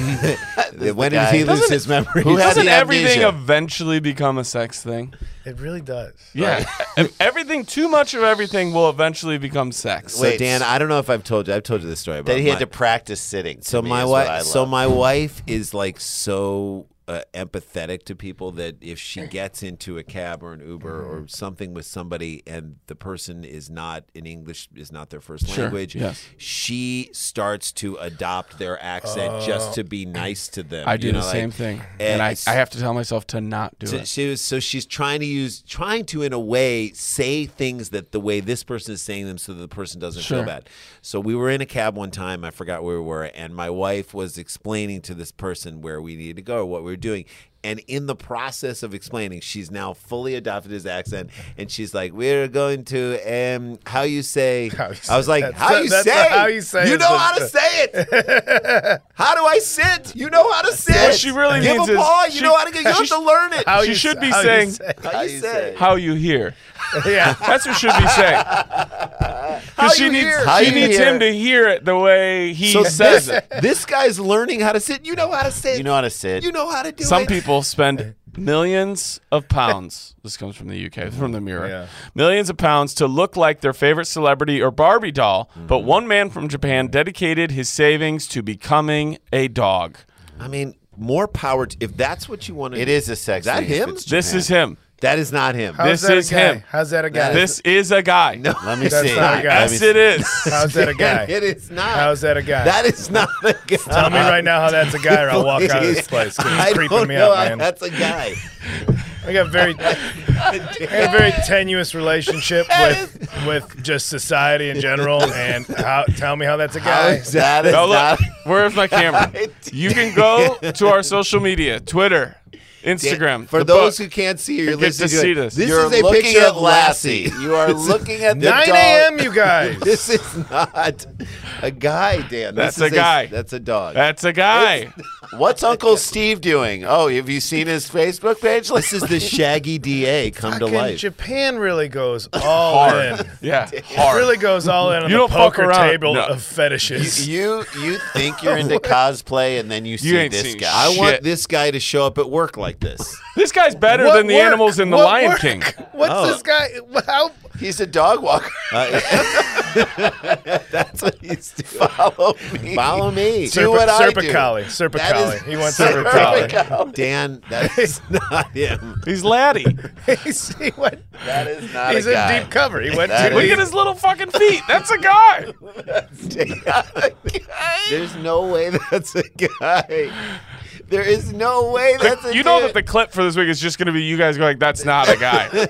Speaker 6: the
Speaker 3: did he
Speaker 6: guy.
Speaker 3: lose his memory?
Speaker 6: Who had
Speaker 5: Doesn't
Speaker 6: the
Speaker 5: everything
Speaker 6: amnesia?
Speaker 5: eventually become a sex thing?
Speaker 4: It really does.
Speaker 5: Yeah. Ev- everything, too much of everything will eventually become sex.
Speaker 3: so
Speaker 6: Wait,
Speaker 3: Dan, I don't know if I've told you. I've told you this story about
Speaker 6: that he had
Speaker 3: my-
Speaker 6: to practice sitting. to
Speaker 3: So
Speaker 6: me
Speaker 3: my
Speaker 6: is what I
Speaker 3: wife, so
Speaker 6: love.
Speaker 3: my wife is like so uh, empathetic to people that if she gets into a cab or an Uber
Speaker 6: Mm-hmm.
Speaker 3: or something with somebody and the person is not in English is not their first
Speaker 5: Sure,
Speaker 3: language,
Speaker 5: yes.
Speaker 3: she starts to adopt their accent just to
Speaker 6: Oh.
Speaker 3: be nice to them.
Speaker 5: I
Speaker 3: you
Speaker 5: do
Speaker 3: know,
Speaker 5: the
Speaker 3: like-
Speaker 5: same thing. And I,
Speaker 3: it's-
Speaker 5: I have to tell myself to not do
Speaker 3: so
Speaker 5: it.
Speaker 3: she was, so she's trying to use trying to in a way say things that the way this person is saying them so that the person doesn't
Speaker 5: Sure.
Speaker 3: feel bad. So we were in a cab one time, I forgot where we were, and my wife was explaining to this person where we needed to go or what we were doing. And in the process of explaining, she's now fully adopted his accent, and she's like, "We're going to um, how you
Speaker 5: [LAUGHS]
Speaker 3: say."
Speaker 4: How you
Speaker 3: I was
Speaker 4: say-
Speaker 3: like,
Speaker 4: that's
Speaker 3: "How
Speaker 4: the-
Speaker 3: you
Speaker 4: that's
Speaker 3: say?
Speaker 4: the how you say
Speaker 3: You
Speaker 4: is
Speaker 3: know
Speaker 4: the-
Speaker 3: how to say it?
Speaker 5: [LAUGHS]
Speaker 3: how do I sit? You know how to sit?
Speaker 5: What she really
Speaker 3: Give
Speaker 5: means
Speaker 3: a
Speaker 5: is
Speaker 3: paw. You
Speaker 5: she-
Speaker 3: know how to get. You
Speaker 5: she
Speaker 3: have to learn it.
Speaker 4: How
Speaker 5: She
Speaker 4: you
Speaker 5: should
Speaker 4: say-
Speaker 5: be
Speaker 4: how you
Speaker 5: saying-
Speaker 4: say-
Speaker 3: How you say?
Speaker 5: How you hear.
Speaker 4: yeah.
Speaker 5: [LAUGHS] That's what should be saying. Because she
Speaker 3: you
Speaker 5: needs,
Speaker 3: hear.
Speaker 5: she
Speaker 3: How
Speaker 6: you
Speaker 5: needs
Speaker 6: hear.
Speaker 5: him to hear it the way he
Speaker 3: So this,
Speaker 5: says it.
Speaker 3: this guy's learning how to sit. You know how to sit.
Speaker 6: you know how to sit.
Speaker 3: You know how to do
Speaker 5: Some
Speaker 3: it.
Speaker 5: people spend millions of pounds. This comes from the UK, from the Mirror.
Speaker 4: Yeah.
Speaker 5: Millions of pounds to look like their favorite celebrity or Barbie doll. But one man from Japan dedicated his savings to becoming a dog.
Speaker 3: I mean, more power. To, if that's what you want to
Speaker 6: it
Speaker 3: do.
Speaker 6: is a sex.
Speaker 3: Is that
Speaker 6: thing if
Speaker 3: him?
Speaker 6: it's
Speaker 5: This
Speaker 6: Japan.
Speaker 5: is him.
Speaker 3: That is not him.
Speaker 4: How's
Speaker 5: This
Speaker 4: that a
Speaker 5: is
Speaker 4: guy?
Speaker 5: him.
Speaker 4: How's that a guy?
Speaker 5: This is a guy. No.
Speaker 6: Let me
Speaker 4: That's
Speaker 6: see.
Speaker 4: not a guy.
Speaker 6: Let
Speaker 5: Yes,
Speaker 6: me
Speaker 5: it
Speaker 6: see.
Speaker 4: [LAUGHS]
Speaker 5: is.
Speaker 4: How's
Speaker 3: [LAUGHS]
Speaker 4: that a guy?
Speaker 3: it is not.
Speaker 4: How's that a guy?
Speaker 3: that is not a guy.
Speaker 4: Tell me right now how that's a guy, or I'll walk out of
Speaker 3: [LAUGHS]
Speaker 4: this place. 'cause
Speaker 3: I
Speaker 4: It's creeping
Speaker 3: don't
Speaker 4: me
Speaker 3: know.
Speaker 4: out, man.
Speaker 3: That's a guy.
Speaker 4: I
Speaker 3: [LAUGHS]
Speaker 4: got very, I got a very tenuous relationship with with just society in general.
Speaker 3: [LAUGHS]
Speaker 4: And how, tell me how that's a guy.
Speaker 6: That is
Speaker 5: Oh,
Speaker 4: [LAUGHS] [LAUGHS]
Speaker 6: not.
Speaker 5: look, where's my camera? You can go to our social media, Twitter, Instagram.
Speaker 3: For
Speaker 5: the
Speaker 3: [LAUGHS] those
Speaker 5: book.
Speaker 3: who can't see, or you're
Speaker 5: Get to
Speaker 3: listening to,
Speaker 5: see
Speaker 3: it,
Speaker 5: this.
Speaker 3: This is
Speaker 6: You're
Speaker 3: a
Speaker 6: looking
Speaker 3: picture
Speaker 6: at
Speaker 3: of Lassie.
Speaker 6: Lassie. You are
Speaker 3: This is-
Speaker 6: looking at the
Speaker 4: 9
Speaker 6: dog.
Speaker 4: a.m., you guys.
Speaker 3: [LAUGHS] This is not a guy, Dan. This
Speaker 5: That's
Speaker 3: is
Speaker 5: a guy. Uh,
Speaker 3: that's a dog.
Speaker 5: That's
Speaker 4: [LAUGHS]
Speaker 5: a guy.
Speaker 3: [LAUGHS]
Speaker 6: What's Uncle Steve doing? Oh, have you seen his Facebook page? Like,
Speaker 3: this is the Shaggy DA come to
Speaker 4: Fucking
Speaker 3: life.
Speaker 4: Japan really goes all in.
Speaker 5: Yeah.
Speaker 4: It really goes all in on
Speaker 5: You
Speaker 4: the
Speaker 5: don't fuck
Speaker 4: poker
Speaker 5: around.
Speaker 4: table
Speaker 5: No.
Speaker 4: of fetishes.
Speaker 6: you you think
Speaker 3: [LAUGHS]
Speaker 6: you're [LAUGHS] into cosplay, and then you see
Speaker 5: ain't
Speaker 6: this
Speaker 5: seen
Speaker 6: guy.
Speaker 3: I want
Speaker 5: Shit.
Speaker 3: this guy to show up at work like this.
Speaker 5: This guy's better
Speaker 4: What
Speaker 5: than the
Speaker 4: work?
Speaker 5: animals in The
Speaker 4: What
Speaker 5: Lion
Speaker 4: work? [LAUGHS]
Speaker 5: King.
Speaker 4: What's
Speaker 3: Oh.
Speaker 4: this guy? How?
Speaker 6: He's a dog walker. [LAUGHS]
Speaker 3: Uh, [LAUGHS] That's what he's doing.
Speaker 6: Follow me.
Speaker 3: Follow me.
Speaker 6: Do what I do.
Speaker 4: Serpicali. Serpicali. He wants Serpicali.
Speaker 6: Serpicali.
Speaker 3: Dan, that's not him.
Speaker 5: He's Laddie.
Speaker 4: He's, [LAUGHS] he went,
Speaker 6: That is not
Speaker 4: he's
Speaker 6: a guy.
Speaker 4: in deep cover.
Speaker 6: [LAUGHS]
Speaker 4: He went
Speaker 6: That
Speaker 4: to
Speaker 5: Look at his little fucking feet. That's a guy.
Speaker 3: There's no way [LAUGHS] that's a guy. There is no way that's a
Speaker 5: You know that
Speaker 3: dude.
Speaker 5: the clip for this week is just going to be you guys going, that's not a guy.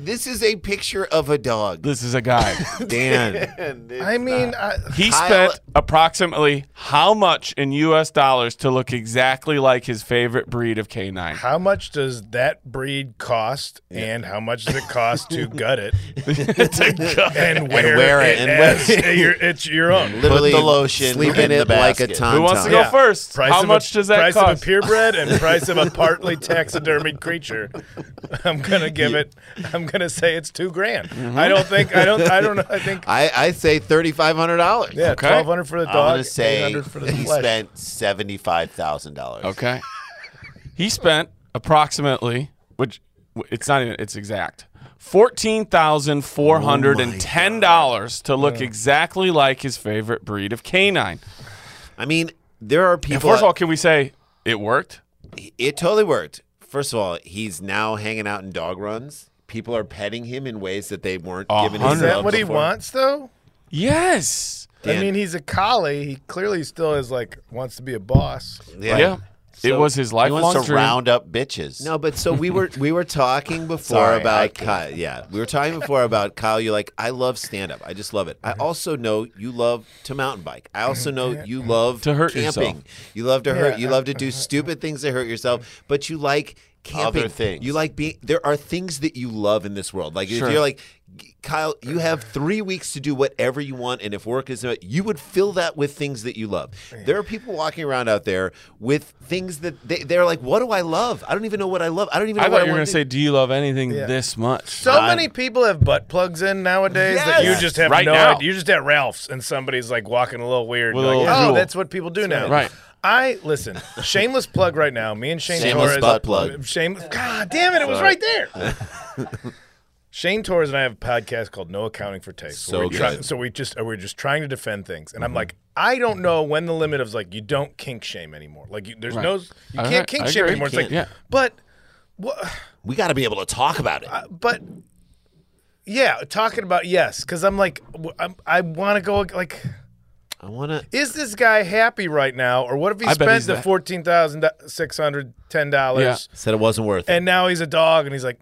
Speaker 3: This is a picture of a dog.
Speaker 5: This is a guy.
Speaker 3: [LAUGHS] Dan.
Speaker 4: I mean, I,
Speaker 5: He
Speaker 3: Kyle-
Speaker 5: spent approximately how much in US dollars to look exactly like his favorite breed of canine?
Speaker 4: how much does that breed cost, and how much does it cost
Speaker 6: [LAUGHS]
Speaker 4: to gut it, [LAUGHS] and wear,
Speaker 3: wear
Speaker 4: it,
Speaker 3: it, and
Speaker 4: as [LAUGHS] your, it's your own?
Speaker 3: Literally
Speaker 6: the lotion
Speaker 3: sleep in,
Speaker 6: in the
Speaker 3: it like a
Speaker 6: basket.
Speaker 3: tauntaun.
Speaker 5: Who wants to go
Speaker 4: Yeah.
Speaker 5: first?
Speaker 4: Price
Speaker 5: how
Speaker 4: of
Speaker 5: much
Speaker 4: a,
Speaker 5: does that
Speaker 4: price of
Speaker 5: cost?
Speaker 4: a purebred [LAUGHS] and price of a partly taxidermied creature? I'm gonna give it. I'm gonna say it's two grand.
Speaker 6: Mm-hmm.
Speaker 4: I don't think. I don't. I don't. know.
Speaker 6: [LAUGHS]
Speaker 4: I think.
Speaker 3: I, I say $3,500.
Speaker 4: Yeah,
Speaker 5: Okay.
Speaker 4: twelve hundred for the
Speaker 6: I'm gonna
Speaker 4: dog. Eight
Speaker 6: say
Speaker 4: hundred for the
Speaker 6: he
Speaker 4: flesh.
Speaker 6: spent seventy-five thousand dollars.
Speaker 5: Okay. he spent approximately, which it's not even, it's exact, fourteen thousand four hundred and ten dollars to look exactly like his favorite breed of canine.
Speaker 3: I mean, there are
Speaker 5: And
Speaker 3: people.
Speaker 5: first of all, can we say it worked?
Speaker 3: it totally worked. First of all, he's now hanging out in dog runs. People are petting him in ways that they weren't
Speaker 5: A
Speaker 3: given his
Speaker 5: hundred.
Speaker 4: Is that
Speaker 3: love
Speaker 4: what he
Speaker 3: before.
Speaker 4: wants though?
Speaker 5: Yes.
Speaker 4: I
Speaker 3: Dan.
Speaker 4: mean, he's a collie. He clearly still is like wants to be a boss.
Speaker 3: Yeah.
Speaker 5: yeah. it was his
Speaker 6: He wants
Speaker 5: lifelong
Speaker 6: to
Speaker 5: dream.
Speaker 6: round up bitches.
Speaker 3: No, but so we were
Speaker 6: [LAUGHS]
Speaker 3: we were talking before
Speaker 6: Sorry, I
Speaker 3: about
Speaker 6: can't.
Speaker 3: Kyle. Yeah, we were talking before about Kyle. You're like, I love stand up. I just love it. I also know you love to mountain bike. I also know you love
Speaker 5: To hurt yourself.
Speaker 3: camping. You love to hurt.
Speaker 4: Yeah.
Speaker 3: You love to do stupid things to hurt yourself. But you like camping.
Speaker 6: Other things.
Speaker 3: You like being. There are things that you love in this world. Like
Speaker 5: Sure.
Speaker 3: if you're like. Kyle, you have three weeks to do whatever you want, and if work is not, you would fill that with things that you love. There are people walking around out there with things that they, they're like, "What do I love? I don't even know what I love. I don't even." Know
Speaker 5: I
Speaker 3: what
Speaker 5: thought you
Speaker 3: want
Speaker 5: were going
Speaker 3: to
Speaker 5: to say, do you love anything
Speaker 4: Yeah.
Speaker 5: this much?
Speaker 4: So many people have butt plugs in nowadays that you
Speaker 3: Yes.
Speaker 4: just have
Speaker 5: Right
Speaker 4: no
Speaker 5: now.
Speaker 4: idea. You're just at Ralph's and somebody's like walking a little weird.
Speaker 5: With
Speaker 4: You're
Speaker 5: a
Speaker 4: like,
Speaker 5: little
Speaker 4: oh,
Speaker 5: jewel.
Speaker 4: that's what people do now.
Speaker 5: Right.
Speaker 4: I listen. [LAUGHS] Shameless plug right now. Me and Shane
Speaker 6: Shameless
Speaker 4: Torres. [LAUGHS]
Speaker 6: butt plug.
Speaker 4: Shameless. God damn it! It was right there. [LAUGHS] Shane Torres and I have a podcast called No Accounting for Taste.
Speaker 3: So
Speaker 4: we try-
Speaker 3: good.
Speaker 4: so we just uh, we're just trying to defend things, and I'm
Speaker 5: Mm-hmm.
Speaker 4: like, I don't know when the limit of like you don't kink shame anymore. Like you, there's no you
Speaker 5: All
Speaker 4: can't
Speaker 5: right.
Speaker 4: kink
Speaker 5: I
Speaker 4: shame
Speaker 5: agree.
Speaker 4: anymore. It's
Speaker 5: You
Speaker 4: like,
Speaker 5: can't. Yeah.
Speaker 4: but
Speaker 3: We got to be able to talk about it.
Speaker 4: but yeah, talking about yes, because I'm like, w- I'm, I want to go like,
Speaker 3: I want to.
Speaker 4: is this guy happy right now, or what if he
Speaker 5: I bet
Speaker 4: spent
Speaker 5: he's
Speaker 4: the
Speaker 5: not.
Speaker 4: fourteen thousand six hundred ten dollars,
Speaker 3: Said it wasn't worth it.
Speaker 4: and now he's a dog, and he's like,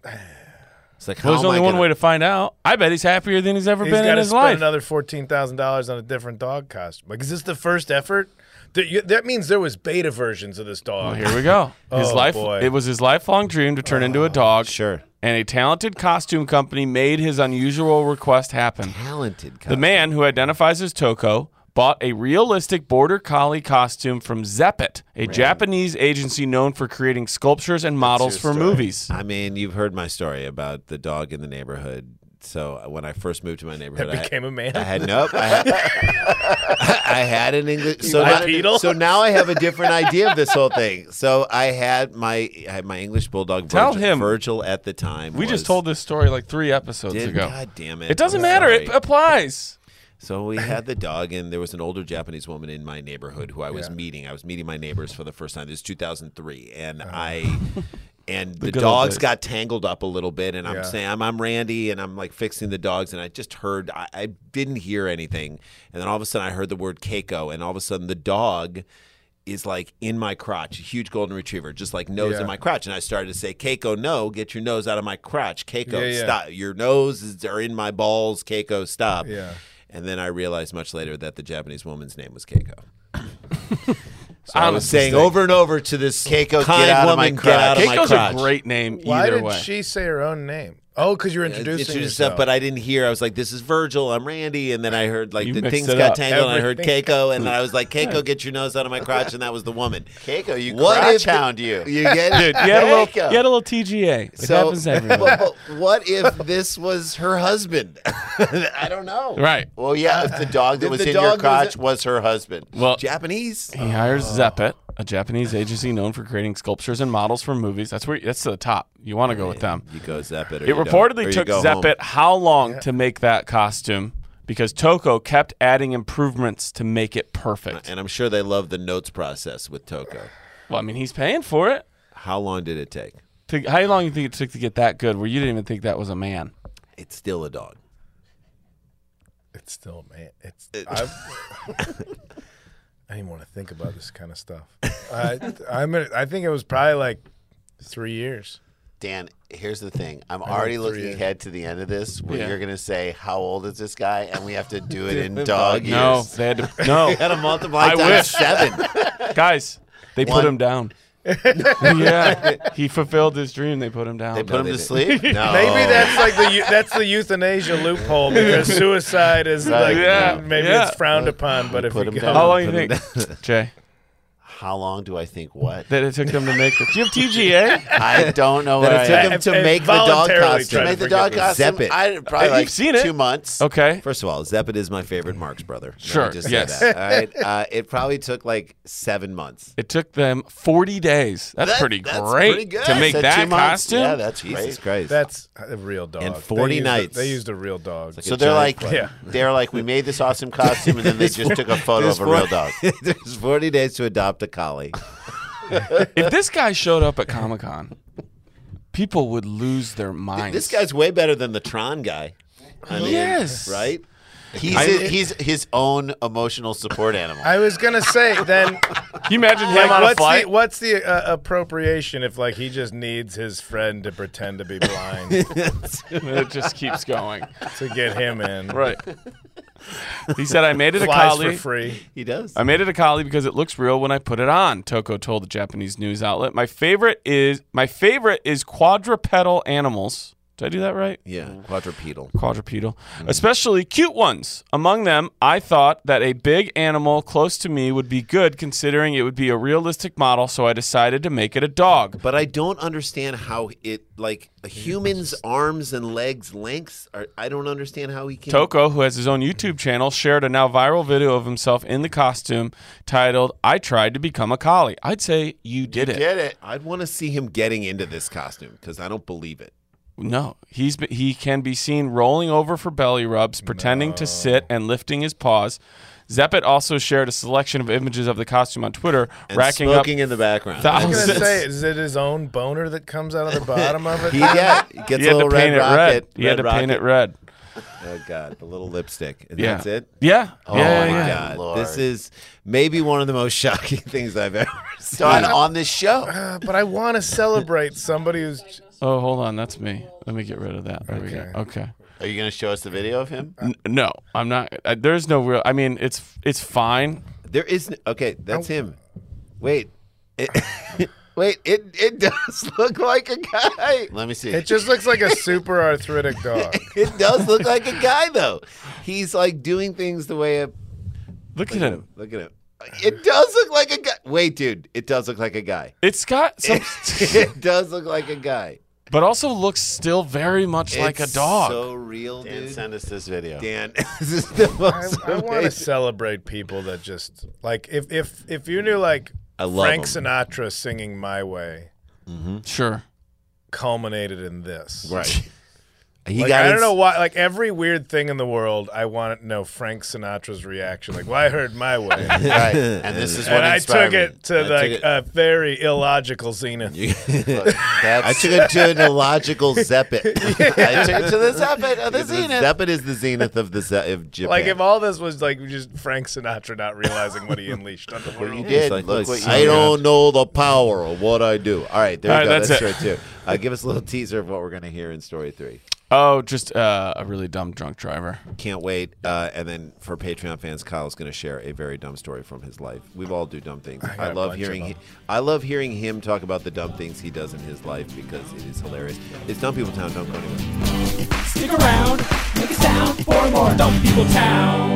Speaker 3: it's like, how
Speaker 5: Well, there's
Speaker 3: am
Speaker 5: only
Speaker 3: I
Speaker 5: one
Speaker 3: gonna-
Speaker 5: way to find out. I bet he's happier than he's ever
Speaker 4: he's
Speaker 5: been
Speaker 4: got
Speaker 5: in
Speaker 4: to
Speaker 5: his
Speaker 4: spend
Speaker 5: life.
Speaker 4: another fourteen thousand dollars on a different dog costume. Like, is this the first effort? That, you, that means there was beta versions of this dog.
Speaker 5: Here
Speaker 4: [LAUGHS]
Speaker 5: we go. His
Speaker 4: Oh,
Speaker 5: life.
Speaker 4: boy. Uh,
Speaker 5: It was his lifelong dream to turn into a dog.
Speaker 3: Sure.
Speaker 5: And a talented costume company made his unusual request happen.
Speaker 3: Talented.
Speaker 5: The man who identifies as Toko bought a realistic border collie costume from Zeppet, a Japanese agency known for creating sculptures and models for movies.
Speaker 3: I mean, you've heard my story about the dog in the neighborhood. So when I first moved to my neighborhood, I-
Speaker 4: [LAUGHS] became a man.
Speaker 5: [LAUGHS]
Speaker 3: I had nope. I had, [LAUGHS] I had an English. So now,
Speaker 4: bipedal?
Speaker 3: so now I have a different idea of this whole thing. So I had my I had my English bulldog.
Speaker 5: Tell
Speaker 3: Virgil,
Speaker 5: him.
Speaker 3: Virgil at the time.
Speaker 5: We
Speaker 3: was-
Speaker 5: just told this story like three episodes
Speaker 3: Did,
Speaker 5: ago.
Speaker 3: God damn it!
Speaker 5: It doesn't
Speaker 3: I'm
Speaker 5: matter. It
Speaker 3: sorry.
Speaker 5: applies.
Speaker 3: So we had the dog, and there was an older Japanese woman in my neighborhood who I was meeting. I was meeting my neighbors for the first time. This is 2003, and I. And the,
Speaker 5: good old
Speaker 3: dogs
Speaker 5: days.
Speaker 3: got tangled up a little bit, and I'm
Speaker 4: Yeah.
Speaker 3: saying I'm, I'm Randy, and I'm like fixing the dogs, and I just heard I, I didn't hear anything, and then all of a sudden I heard the word Keiko, and all of a sudden the dog is like in my crotch, a huge golden retriever, just like nose
Speaker 4: Yeah.
Speaker 3: in my crotch, and I started to say Keiko, no, get your nose out of my crotch, Keiko,
Speaker 4: Yeah, yeah.
Speaker 3: stop, "Uh, your nose is, are in my balls, Keiko, stop,
Speaker 4: Yeah.
Speaker 5: [LAUGHS]
Speaker 3: and then I realized much later that the Japanese woman's name was Keiko. So I'm saying over and over to this
Speaker 6: Keiko, get
Speaker 3: kind
Speaker 6: out of my
Speaker 3: woman, get out of my
Speaker 5: Keiko's
Speaker 3: crotch.
Speaker 5: a great name
Speaker 4: Why
Speaker 5: either
Speaker 4: did
Speaker 5: way.
Speaker 4: she say her own name? Oh, because you're introducing
Speaker 3: introduced
Speaker 4: yourself.
Speaker 3: yourself, but I didn't hear. I was like, "This is Virgil. I'm Randy," and then I heard like
Speaker 5: You
Speaker 3: the
Speaker 5: mixed
Speaker 3: things
Speaker 5: it
Speaker 3: got
Speaker 5: up.
Speaker 3: tangled. and I heard
Speaker 4: Everything.
Speaker 3: Keiko, and then I was like, "Keiko, get your nose out of my crotch," and that was the woman.
Speaker 6: [LAUGHS] Keiko, you
Speaker 3: What
Speaker 6: crotch
Speaker 3: if-
Speaker 6: hound you.
Speaker 3: You get
Speaker 6: [LAUGHS]
Speaker 3: it?
Speaker 5: Dude, you had, a little,
Speaker 6: Keiko.
Speaker 5: you had a little TGA. It happens everywhere.
Speaker 4: [LAUGHS]
Speaker 3: but- but what if this was her husband? [LAUGHS] I don't know.
Speaker 5: right.
Speaker 6: Well, yeah, if the dog that
Speaker 3: If
Speaker 6: was
Speaker 3: the
Speaker 6: in your
Speaker 3: dog was
Speaker 6: crotch was,
Speaker 3: in-
Speaker 6: her husband.
Speaker 5: Well,
Speaker 3: Japanese.
Speaker 5: he hires Zeppet, a Japanese agency known for creating sculptures and models for movies. That's where that's the top. You want to go with them.
Speaker 3: You go zap it. Or
Speaker 5: It
Speaker 3: you don't, or
Speaker 5: reportedly
Speaker 3: you
Speaker 5: took
Speaker 3: go
Speaker 5: Zeppet how long to make that costume? Because Toko kept adding improvements to make it
Speaker 3: home.
Speaker 5: perfect.
Speaker 3: And I'm sure they love the notes process with Toko.
Speaker 5: Well, I mean, he's paying for it.
Speaker 3: How long did it take?
Speaker 5: To, how long you think it took to get that good? Where you didn't even think that was a man?
Speaker 3: It's still a dog.
Speaker 4: it's still man. It's I've, I didn't want to think about this kind of stuff. I I'm gonna, I think it was probably like three years.
Speaker 6: Dan, here's the thing. I'm already looking
Speaker 4: three.
Speaker 6: ahead to the end of this where
Speaker 5: Yeah.
Speaker 6: you're going to say, How old is this guy? And we have to do it in dog [LAUGHS] years.
Speaker 5: No, they had to. No,
Speaker 6: [LAUGHS]
Speaker 3: Got to multiply
Speaker 5: I
Speaker 3: times [LAUGHS]
Speaker 5: wish.
Speaker 3: seven.
Speaker 5: guys, they put
Speaker 6: One.
Speaker 5: him
Speaker 6: [LAUGHS]
Speaker 5: down. yeah, he fulfilled his dream. They put him down.
Speaker 6: They put him
Speaker 3: they
Speaker 6: to
Speaker 3: didn't.
Speaker 6: sleep?
Speaker 3: No.
Speaker 4: Maybe that's like the eu- that's the euthanasia loophole because suicide is like
Speaker 5: Yeah,
Speaker 4: maybe
Speaker 5: yeah.
Speaker 4: it's frowned upon. But if
Speaker 6: Put
Speaker 4: you
Speaker 6: him
Speaker 4: go,
Speaker 6: down.
Speaker 5: how long do you
Speaker 6: [LAUGHS]
Speaker 5: think, Jay?
Speaker 6: How long do I think what?
Speaker 5: That it took them to make this? Do you have TGA?
Speaker 6: I don't know what
Speaker 3: That
Speaker 6: I
Speaker 3: it took him
Speaker 6: am.
Speaker 4: If-
Speaker 3: to
Speaker 4: if
Speaker 3: make the dog
Speaker 4: voluntarily
Speaker 3: costume.
Speaker 4: try to
Speaker 6: Made the
Speaker 4: forget
Speaker 6: dog
Speaker 4: this.
Speaker 6: costume.
Speaker 3: Zep it.
Speaker 6: I probably
Speaker 5: You've
Speaker 6: like
Speaker 5: seen it.
Speaker 6: two months.
Speaker 5: Okay.
Speaker 3: First of all, Zeppet is my favorite Marx brother. Let me
Speaker 5: Sure,
Speaker 3: just
Speaker 5: yes.
Speaker 3: Say that, all right. Uh, it probably took like seven months.
Speaker 5: It took them 40 days. That's
Speaker 3: That-
Speaker 5: pretty
Speaker 3: that's
Speaker 5: great
Speaker 3: pretty good.
Speaker 5: to make
Speaker 6: Said
Speaker 5: that
Speaker 6: two months.
Speaker 5: costume.
Speaker 6: Yeah, that's
Speaker 3: Jesus
Speaker 6: crazy.
Speaker 3: Christ.
Speaker 4: That's a real dog.
Speaker 3: And
Speaker 4: They
Speaker 3: 40
Speaker 4: used a-
Speaker 3: nights.
Speaker 4: they used a real dog.
Speaker 6: So they're like,
Speaker 3: giant
Speaker 4: Yeah.
Speaker 6: they're like, we made this awesome costume,
Speaker 3: [LAUGHS]
Speaker 6: and then they just took a photo
Speaker 3: There's
Speaker 6: of a
Speaker 3: four-
Speaker 6: real dog.
Speaker 3: [LAUGHS] There's 40 days to adopt a collie.
Speaker 5: if this guy showed up at Comic Con, people would lose their minds.
Speaker 3: This guy's way better than the Tron guy. I mean,
Speaker 5: Yes.
Speaker 3: Right?
Speaker 6: He's he's his own emotional support animal.
Speaker 4: I was gonna say then.
Speaker 5: Can you imagine him
Speaker 4: Like,
Speaker 5: on a
Speaker 4: what's
Speaker 5: flight? [LAUGHS]
Speaker 4: the what's the uh, appropriation if like he just needs his friend to pretend to be blind
Speaker 5: it just keeps going.
Speaker 4: to get him in?
Speaker 5: Right. He said, I made it a
Speaker 4: Flies
Speaker 5: collie.
Speaker 4: for free.
Speaker 3: [LAUGHS] He does.
Speaker 5: I made it a collie because it looks real when I put it on, Toko told the Japanese news outlet. My favorite is my favorite is quadrupedal animals. Did I do that right?
Speaker 3: yeah, quadrupedal.
Speaker 5: quadrupedal, especially cute ones. Among them, I thought that a big animal close to me would be good considering it would be a realistic model, so I decided to make it a dog.
Speaker 3: But I don't understand how it, like, a human's arms and legs lengths are, I don't understand how he can.
Speaker 5: Toko, who has his own YouTube channel, shared a now viral video of himself in the costume titled, I Tried to Become a Collie. I'd say you did it.
Speaker 6: Get it?
Speaker 3: I'd want to see him getting into this costume because I don't believe it.
Speaker 5: No, he's be- he can be seen rolling over for belly rubs, pretending to sit and lifting his paws. Zeppet also shared a selection of images of the costume on Twitter,
Speaker 3: And
Speaker 5: racking up
Speaker 3: smoking in the background.
Speaker 5: thou-
Speaker 4: [LAUGHS] I was
Speaker 5: It's-
Speaker 4: gonna say,
Speaker 5: [LAUGHS]
Speaker 4: is it his own boner that comes out of the bottom of it? Uh,
Speaker 3: He, yeah, he gets
Speaker 5: You
Speaker 3: a
Speaker 5: had to
Speaker 3: little
Speaker 5: paint
Speaker 3: red
Speaker 5: it
Speaker 3: rocket.
Speaker 5: red. You had
Speaker 3: red
Speaker 5: to paint it
Speaker 3: rocket.
Speaker 5: red.
Speaker 3: Oh god, the little lipstick. And
Speaker 5: Yeah.
Speaker 3: that's it.
Speaker 5: Yeah.
Speaker 6: Oh
Speaker 5: yeah,
Speaker 6: my
Speaker 5: yeah.
Speaker 3: God,
Speaker 6: Lord.
Speaker 3: this is maybe one of the most [LAUGHS] shocking things I've
Speaker 6: [LAUGHS]
Speaker 3: ever seen.
Speaker 6: Done on this show.
Speaker 4: Uh, but I want to celebrate somebody who's.
Speaker 5: Oh, hold on. That's me. Let me get rid of that. There we go. Okay.
Speaker 6: Are you going to show us the video of him?
Speaker 5: N- no, I'm not. I, there's no real. I mean, it's it's fine.
Speaker 3: There is n- okay. That's him. Wait, It- [LAUGHS] wait. It it does [LAUGHS] look like a guy.
Speaker 6: Let me see.
Speaker 4: It just looks like a super arthritic
Speaker 3: [LAUGHS]
Speaker 4: dog.
Speaker 3: It does look like a guy though. He's like doing things the way a
Speaker 5: Look at him.
Speaker 3: look at him. It does look like a guy. Wait, dude. It does look like a guy. [LAUGHS]
Speaker 5: It's got some, [LAUGHS]
Speaker 3: It does look like a guy.
Speaker 5: but also looks still very much like a
Speaker 3: It's
Speaker 5: dog.
Speaker 3: So real,
Speaker 6: Dan,
Speaker 3: dude.
Speaker 6: send us this video.
Speaker 3: Dan, [LAUGHS] this is the
Speaker 4: I,
Speaker 3: most.
Speaker 4: I want to
Speaker 3: amazing-
Speaker 4: celebrate people that just like if if if you knew like
Speaker 3: I love
Speaker 4: Frank
Speaker 3: him.
Speaker 4: Sinatra singing "My Way"
Speaker 5: sure.
Speaker 4: culminated in this.
Speaker 3: Right. He
Speaker 4: Like,
Speaker 3: got.
Speaker 4: I don't
Speaker 3: ins-
Speaker 4: know why. Like every weird thing in the world, I want to know Frank Sinatra's reaction. Like, well, I heard my way,
Speaker 3: [LAUGHS]
Speaker 4: and
Speaker 6: [LAUGHS] Right. And this is what
Speaker 4: I
Speaker 6: inspired
Speaker 4: took it
Speaker 6: me.
Speaker 4: to
Speaker 3: took
Speaker 4: like
Speaker 3: it-
Speaker 4: a very illogical zenith.
Speaker 6: Look,
Speaker 3: I
Speaker 6: that's,
Speaker 3: took it to an illogical zeppet.
Speaker 6: I took it to the Zephyr of the
Speaker 3: The
Speaker 6: Zenith.
Speaker 3: Zeppet is the zenith of the ze- of Japan.
Speaker 4: Like if all this was like just Frank Sinatra not
Speaker 3: [LAUGHS]
Speaker 4: realizing what he unleashed on the world.
Speaker 6: you
Speaker 3: It's
Speaker 6: did.
Speaker 3: like,
Speaker 6: Look
Speaker 3: look,
Speaker 6: what you
Speaker 3: I
Speaker 6: did.
Speaker 3: don't know the power of what I do. All right, there
Speaker 5: All
Speaker 3: you
Speaker 5: right,
Speaker 3: go. That's,
Speaker 5: that's it.
Speaker 3: right too. Uh, give us a little teaser of what we're gonna hear in story three.
Speaker 5: Oh, just uh, a really dumb drunk driver.
Speaker 3: Can't wait. Uh, and then for Patreon fans, Kyle's going to share a very dumb story from his life. We've all do dumb things.
Speaker 4: got
Speaker 3: I,
Speaker 4: a
Speaker 3: love
Speaker 4: bunch of
Speaker 3: hearing.
Speaker 4: them.
Speaker 3: He, I love hearing him talk about the dumb things he does in his life because it is hilarious. It's Dumb People Town. Don't go anywhere.
Speaker 2: Stick around, make a sound for more Dumb People Town.